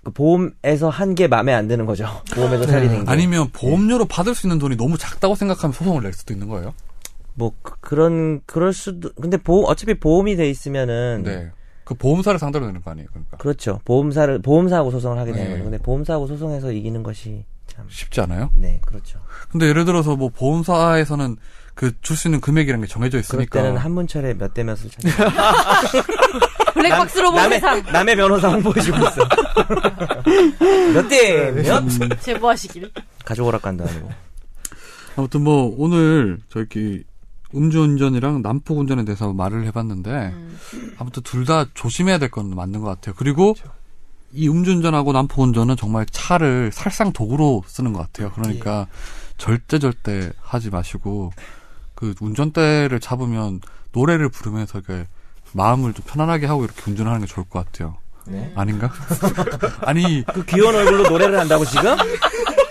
C: 그 보험에서 한 게 마음에 안 드는 거죠. 보험에서 살이 된 게.
A: 네. 아니면 보험료로 받을 수 있는 돈이 너무 작다고 생각하면 소송을 낼 수도 있는 거예요.
C: 뭐 그- 그런 그럴 수도 근데 보험 어차피 보험이 돼 있으면은
A: 네. 그 보험사를 상대로 내는 거 아니에요, 그러니까.
C: 그렇죠. 보험사를 보험사하고 소송을 하게 되는
A: 네.
C: 거죠. 근데 보험사하고 소송해서 이기는 것이 참
A: 쉽지 않아요?
C: 네, 그렇죠.
A: 근데 예를 들어서 뭐 보험사에서는 그 줄 수 있는 금액이라는 게 정해져
C: 그럴
A: 있으니까.
C: 때는 한문철의 몇 대 몇을 찾는
B: 블랙박스로 본
C: 남의
B: 세상
C: 남의 변호사 홍보해주고 있어. 몇
A: 네.
C: 대 몇?
B: 제보하시길.
C: 가져오라고 한도 아니고.
A: 아무튼 뭐 오늘 저희끼리 음주운전이랑 난폭운전에 대해서 말을 해봤는데
B: 음.
A: 아무튼 둘 다 조심해야 될 건 맞는 것 같아요. 그리고 이 음주운전하고 난폭운전은 정말 차를 살상 도구로 쓰는 것 같아요. 그러니까
C: 예.
A: 절대 절대 하지 마시고 그 운전대를 잡으면 노래를 부르면서 이렇게 마음을 좀 편안하게 하고 이렇게 운전하는 게 좋을 것 같아요.
C: 네.
A: 아닌가? 아니
C: 그 귀여운 얼굴로 노래를 한다고 지금?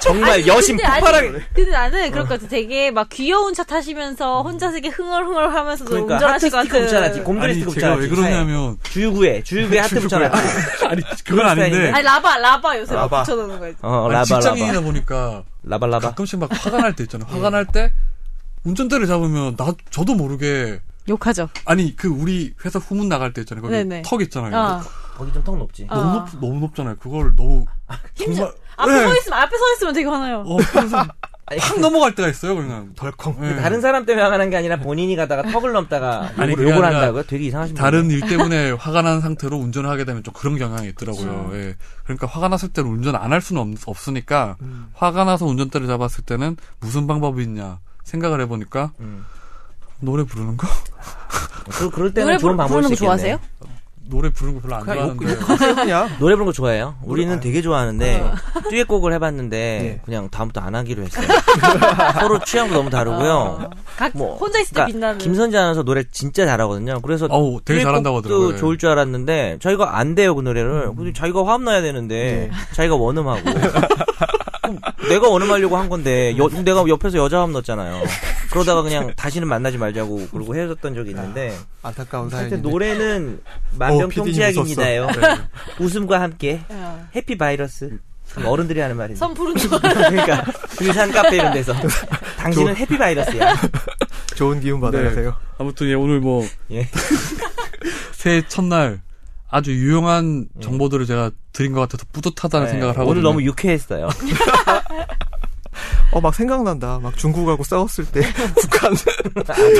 C: 정말 여심
B: 근데 아니,
C: 폭발하게.
B: 근데 나는 그럴 것 같아. 되게 막 귀여운 차 타시면서 혼자 되게 흥얼흥얼 하면서도
C: 음. 그러니까 하트
B: 운전하실 것
C: 스티커 붙여놨지.
B: 같은.
C: 곰돌이
A: 아니
C: 스티커
A: 제가 왜
C: 붙여놨지.
A: 그러냐면
C: 주유구에 주유구에 하트 붙여놨지.
A: 아니 그건 아닌데
B: 아니 라바 라바 요새 막
F: 라바.
B: 붙여놓는 거지.
C: 어,
A: 아니,
C: 라바 라바.
A: 직장인이다 보니까
C: 라바 라바.
A: 가끔씩 막 화가 날 때 있잖아요. 화가 날 때 운전대를 잡으면 나 저도 모르게
B: 욕하죠.
A: 아니 그 우리 회사 후문 나갈 때 있잖아요. 거기
B: 네네.
A: 턱 있잖아요.
B: 아,
C: 거기 좀 턱 높지.
B: 어.
A: 너무 높 너무 높잖아요. 그걸 너무
B: 힘들어.
A: 정말-
B: 앞에
A: 네.
B: 서 있으면 앞에 서 있으면 되게 화나요.
A: 어, 그래서
C: 아니,
A: 확 넘어갈 때가 있어요. 그냥 덜컹. 예.
C: 다른 사람 때문에 화가 난 게 아니라 본인이 가다가 턱을 넘다가
A: 아니,
C: 욕을,
A: 그게
C: 욕을
A: 아니라
C: 한다고요? 되게 이상하신
A: 다른 일 때문에 화가 난 상태로 운전을 하게 되면 좀 그런 경향이 있더라고요. 예. 그러니까 화가 났을 때는 운전 안 할 수는 없, 으니까
C: 음.
A: 화가 나서 운전대를 잡았을 때는 무슨 방법이 있냐 생각을 해보니까
C: 음.
A: 노래 부르는 거?
C: 그,
B: 노래
C: 그럴 때는
B: 부르-
C: 좋은 방법이
B: 부르는 거
C: 있겠네.
B: 좋아하세요?
A: 노래 부르는 거 별로 안
C: 그냥 욕-
A: 좋아하는데
D: 그러니까 뭐 그냥
C: 노래 부르는 거 좋아해요. 우리는 되게 좋아하는데
B: 어.
C: 듀엣곡을 해봤는데
A: 네.
D: 예.
C: 그냥 다음부터 안 하기로 했어요. 서로 취향도 너무 다르고요.
B: 어. 각
C: 뭐,
B: 혼자 있을 때
C: 그러니까
B: 빛나는.
C: 김선재 아나운서 노래 진짜 잘하거든요. 그래서
A: 어우 되게 잘한다고 하더라고요. 예.
C: 듀엣곡도 좋을 줄 알았는데 저희가 안 돼요 그 노래를. 근데 자기가 화음 나야 되는데 자기가 원음하고 그럼 내가 원음하려고 한 건데 여- 내가 옆에서 여자 화음 넣었잖아요. 그러다가 그냥 다시는 만나지 말자고 그러고 헤어졌던 적이 있는데
D: 안타까운
C: 하여튼
D: 사연인데.
C: 노래는
D: 아, 어,
C: 만병통치약입니다요. 네. 웃음과 함께
B: 예.
C: 해피 바이러스 어른들이 하는 말이에요.
B: 선 부르는 거.
C: 그러니까 등산 카페 이런 데서 당신은 해피 바이러스야.
D: 좋은 기운 받아가세요.
A: 아무튼 예, 오늘 뭐
C: 예.
A: 새해 첫날 아주 유용한 정보들을 제가 드린 것 같아서 뿌듯하다는
C: 예. 네,
A: 생각을 하고
C: 오늘 너무 유쾌했어요.
D: 어, 막 생각난다. 막 중국하고 싸웠을 때 북한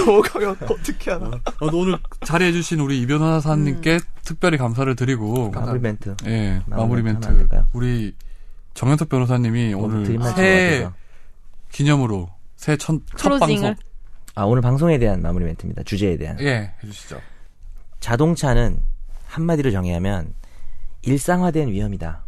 D: 넘어가면 어떻게 하나.
A: 어, 오늘 자리해주신 우리 이
B: 음.
A: 변호사님께 특별히 감사를 드리고
C: 마무리 아, 그 멘트.
A: 예 마무리
C: 마무리 멘트 하면 안
A: 멘트
C: 될까요? 어,
A: 우리 정현석 변호사님이 오늘
C: 드림마치
A: 새해
C: 같아서.
A: 기념으로 새해 첫, 첫 방송
B: 클로징을
C: 아 오늘 방송에 대한 마무리 멘트입니다. 주제에 대한
A: 예 해주시죠.
C: 자동차는 한마디로 정의하면 일상화된 위험이다.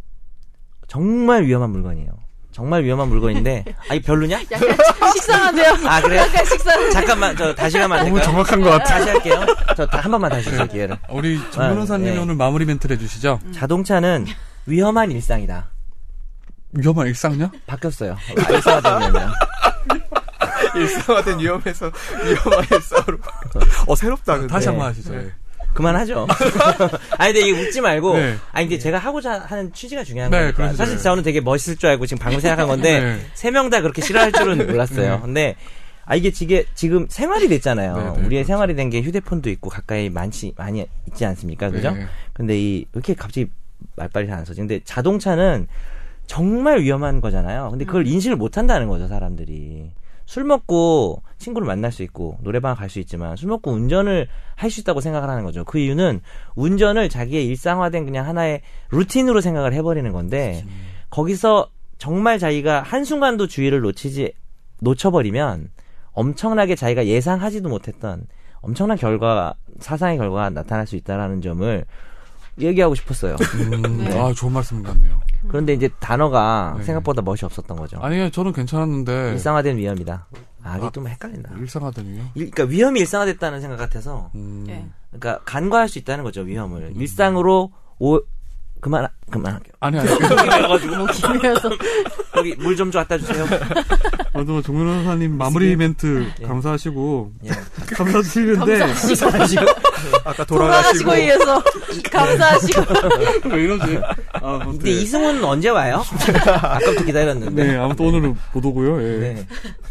C: 정말 위험한 물건이에요. 정말 위험한 물건인데 아이 별로냐?
B: 약간 식상한데요.
C: 아 그래요?
B: 약간 식상.
C: 잠깐만 저 다시 가면 안 될까요?
A: 정확한 것 같아.
C: 다시 할게요. 저 한 번만 다시 할 기회를.
A: 우리 정 변호사님이
C: 아, 예.
A: 오늘 마무리 멘트를 해주시죠.
B: 음.
C: 자동차는 위험한 일상이다.
A: 위험한 일상요?
C: 바뀌었어요. 아, 일상화된 위험이야.
D: 일상화된 위험에서 위험한 일상으로. 어 새롭다. 근데.
A: 다시 한 번
C: 네.
A: 하시죠. 예.
C: 그만하죠. 아니 근데 이게 웃지 말고
A: 네.
C: 아니 근데 제가 하고자 하는 취지가 중요한
A: 네,
C: 거니까
A: 그래서
C: 사실
A: 네.
C: 저는 되게 멋있을 줄 알고 지금 방금 생각한 건데
A: 네.
C: 세 명 다 그렇게 싫어할 줄은 몰랐어요. 근데 아 이게 지게 지금 생활이 됐잖아요.
A: 네, 네,
C: 우리의
A: 그렇죠.
C: 생활이 된 게 휴대폰도 있고 가까이 많지 많이 있지 않습니까? 그죠?
A: 네.
C: 근데 이 이렇게 갑자기 말빨이 잘 안 서지. 근데 자동차는 정말 위험한 거잖아요. 근데 그걸 인식을 못 한다는 거죠, 사람들이. 술 먹고 친구를 만날 수 있고 노래방 갈 수 있지만 술 먹고 운전을 할 수 있다고 생각을 하는 거죠. 그 이유는 운전을 자기의 일상화된 그냥 하나의 루틴으로 생각을 해버리는 건데 거기서 정말 자기가 한순간도 주의를 놓치지 놓쳐버리면 엄청나게 자기가 예상하지도 못했던 엄청난 결과 사상의 결과가 나타날 수 있다라는 점을 얘기하고 싶었어요.
A: 음,
B: 네.
A: 아 좋은 말씀 같네요.
C: 그런데 이제 단어가
A: 네.
C: 생각보다 멋이 없었던 거죠.
A: 아니 네. 저는 괜찮았는데
C: 일상화된 위험이다. 아, 이게 좀 헷갈린다.
A: 일상화되네요.
C: 일- 그러니까 위험이 일상화됐다는 생각 같아서
A: 음,
B: 예.
C: 그러니까 간과할 수 있다는 거죠 위험을 일상으로 오 그만 그만할게요.
A: 아니 아니.
B: 너무 기묘해서.
C: 여기 물 좀 좀 갖다 주세요.
A: 아무튼 정 변호사님 마무리 멘트 감사하시고
C: 예.
A: 감사드리는데
D: 아까 돌아가시고.
B: 돌아가시고 위해서
C: 네.
B: 감사하시고.
A: 왜 이러지? 아, 아무튼
C: 근데 이승훈은 언제 와요? 아까부터 기다렸는데.
A: 네 아무튼 오늘은 못 오고요. 예.
C: 네.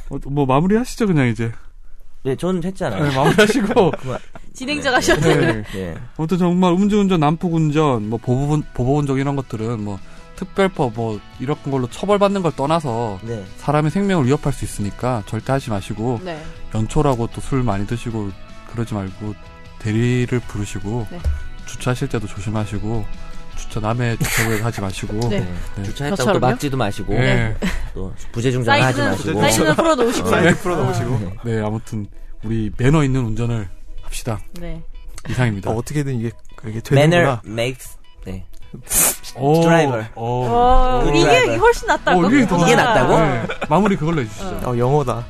A: 어, 뭐 마무리 하시죠 그냥 이제.
C: 네, 저는 했잖아요.
A: 네, 마무리 하시고.
B: 진행자가 셨네
A: 네.
C: 네.
A: 아무튼 정말 음주운전, 난폭운전, 뭐 보복운, 보복운전 이런 것들은 뭐 특별법 뭐 이런 걸로 처벌받는 걸 떠나서
C: 네.
A: 사람의 생명을 위협할 수 있으니까 절대 하지 마시고
B: 네.
A: 연초라고 또 술 많이 드시고 그러지 말고 대리를 부르시고
B: 네.
A: 주차하실 때도 조심하시고 주차 남의 주차구역 하지 마시고
B: 네.
C: 주차했다고 또
B: 저처럼요?
C: 막지도 마시고
A: 네.
C: 또 부재중전 하지
B: 사이즈는
C: 마시고
B: 사이즈는 풀어 놓으시고.
D: 사이드 풀어 놓으시고.
A: 네, 아무튼 우리 매너 있는 운전을 합시다.
B: 네.
A: 이상입니다.
D: 어, 어떻게든 이게 이게 되는구나.
A: 뭐?
C: manner makes 네.
A: 오,
C: 드라이버.
A: 어.
B: 어,
C: 굿
B: 이게
C: 드라이버.
B: 훨씬 낫다고.
A: 어, 더
C: 이게
A: 나아요.
C: 낫다고?
A: 네, 마무리 그걸로 해주시죠.
D: 어, 영어다.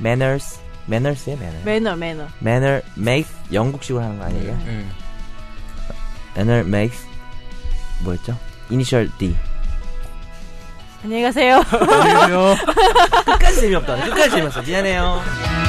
C: manners manners의 manner
B: 매너 매너.
C: manner makes 영국식으로 하는 거 아니에요?
A: 네.
C: manner makes 뭐였죠? initial D
B: 안녕히 가세요.
A: 안녕히 계세요.
C: 끝까지 재미없다 끝까지 재미없어 미안해요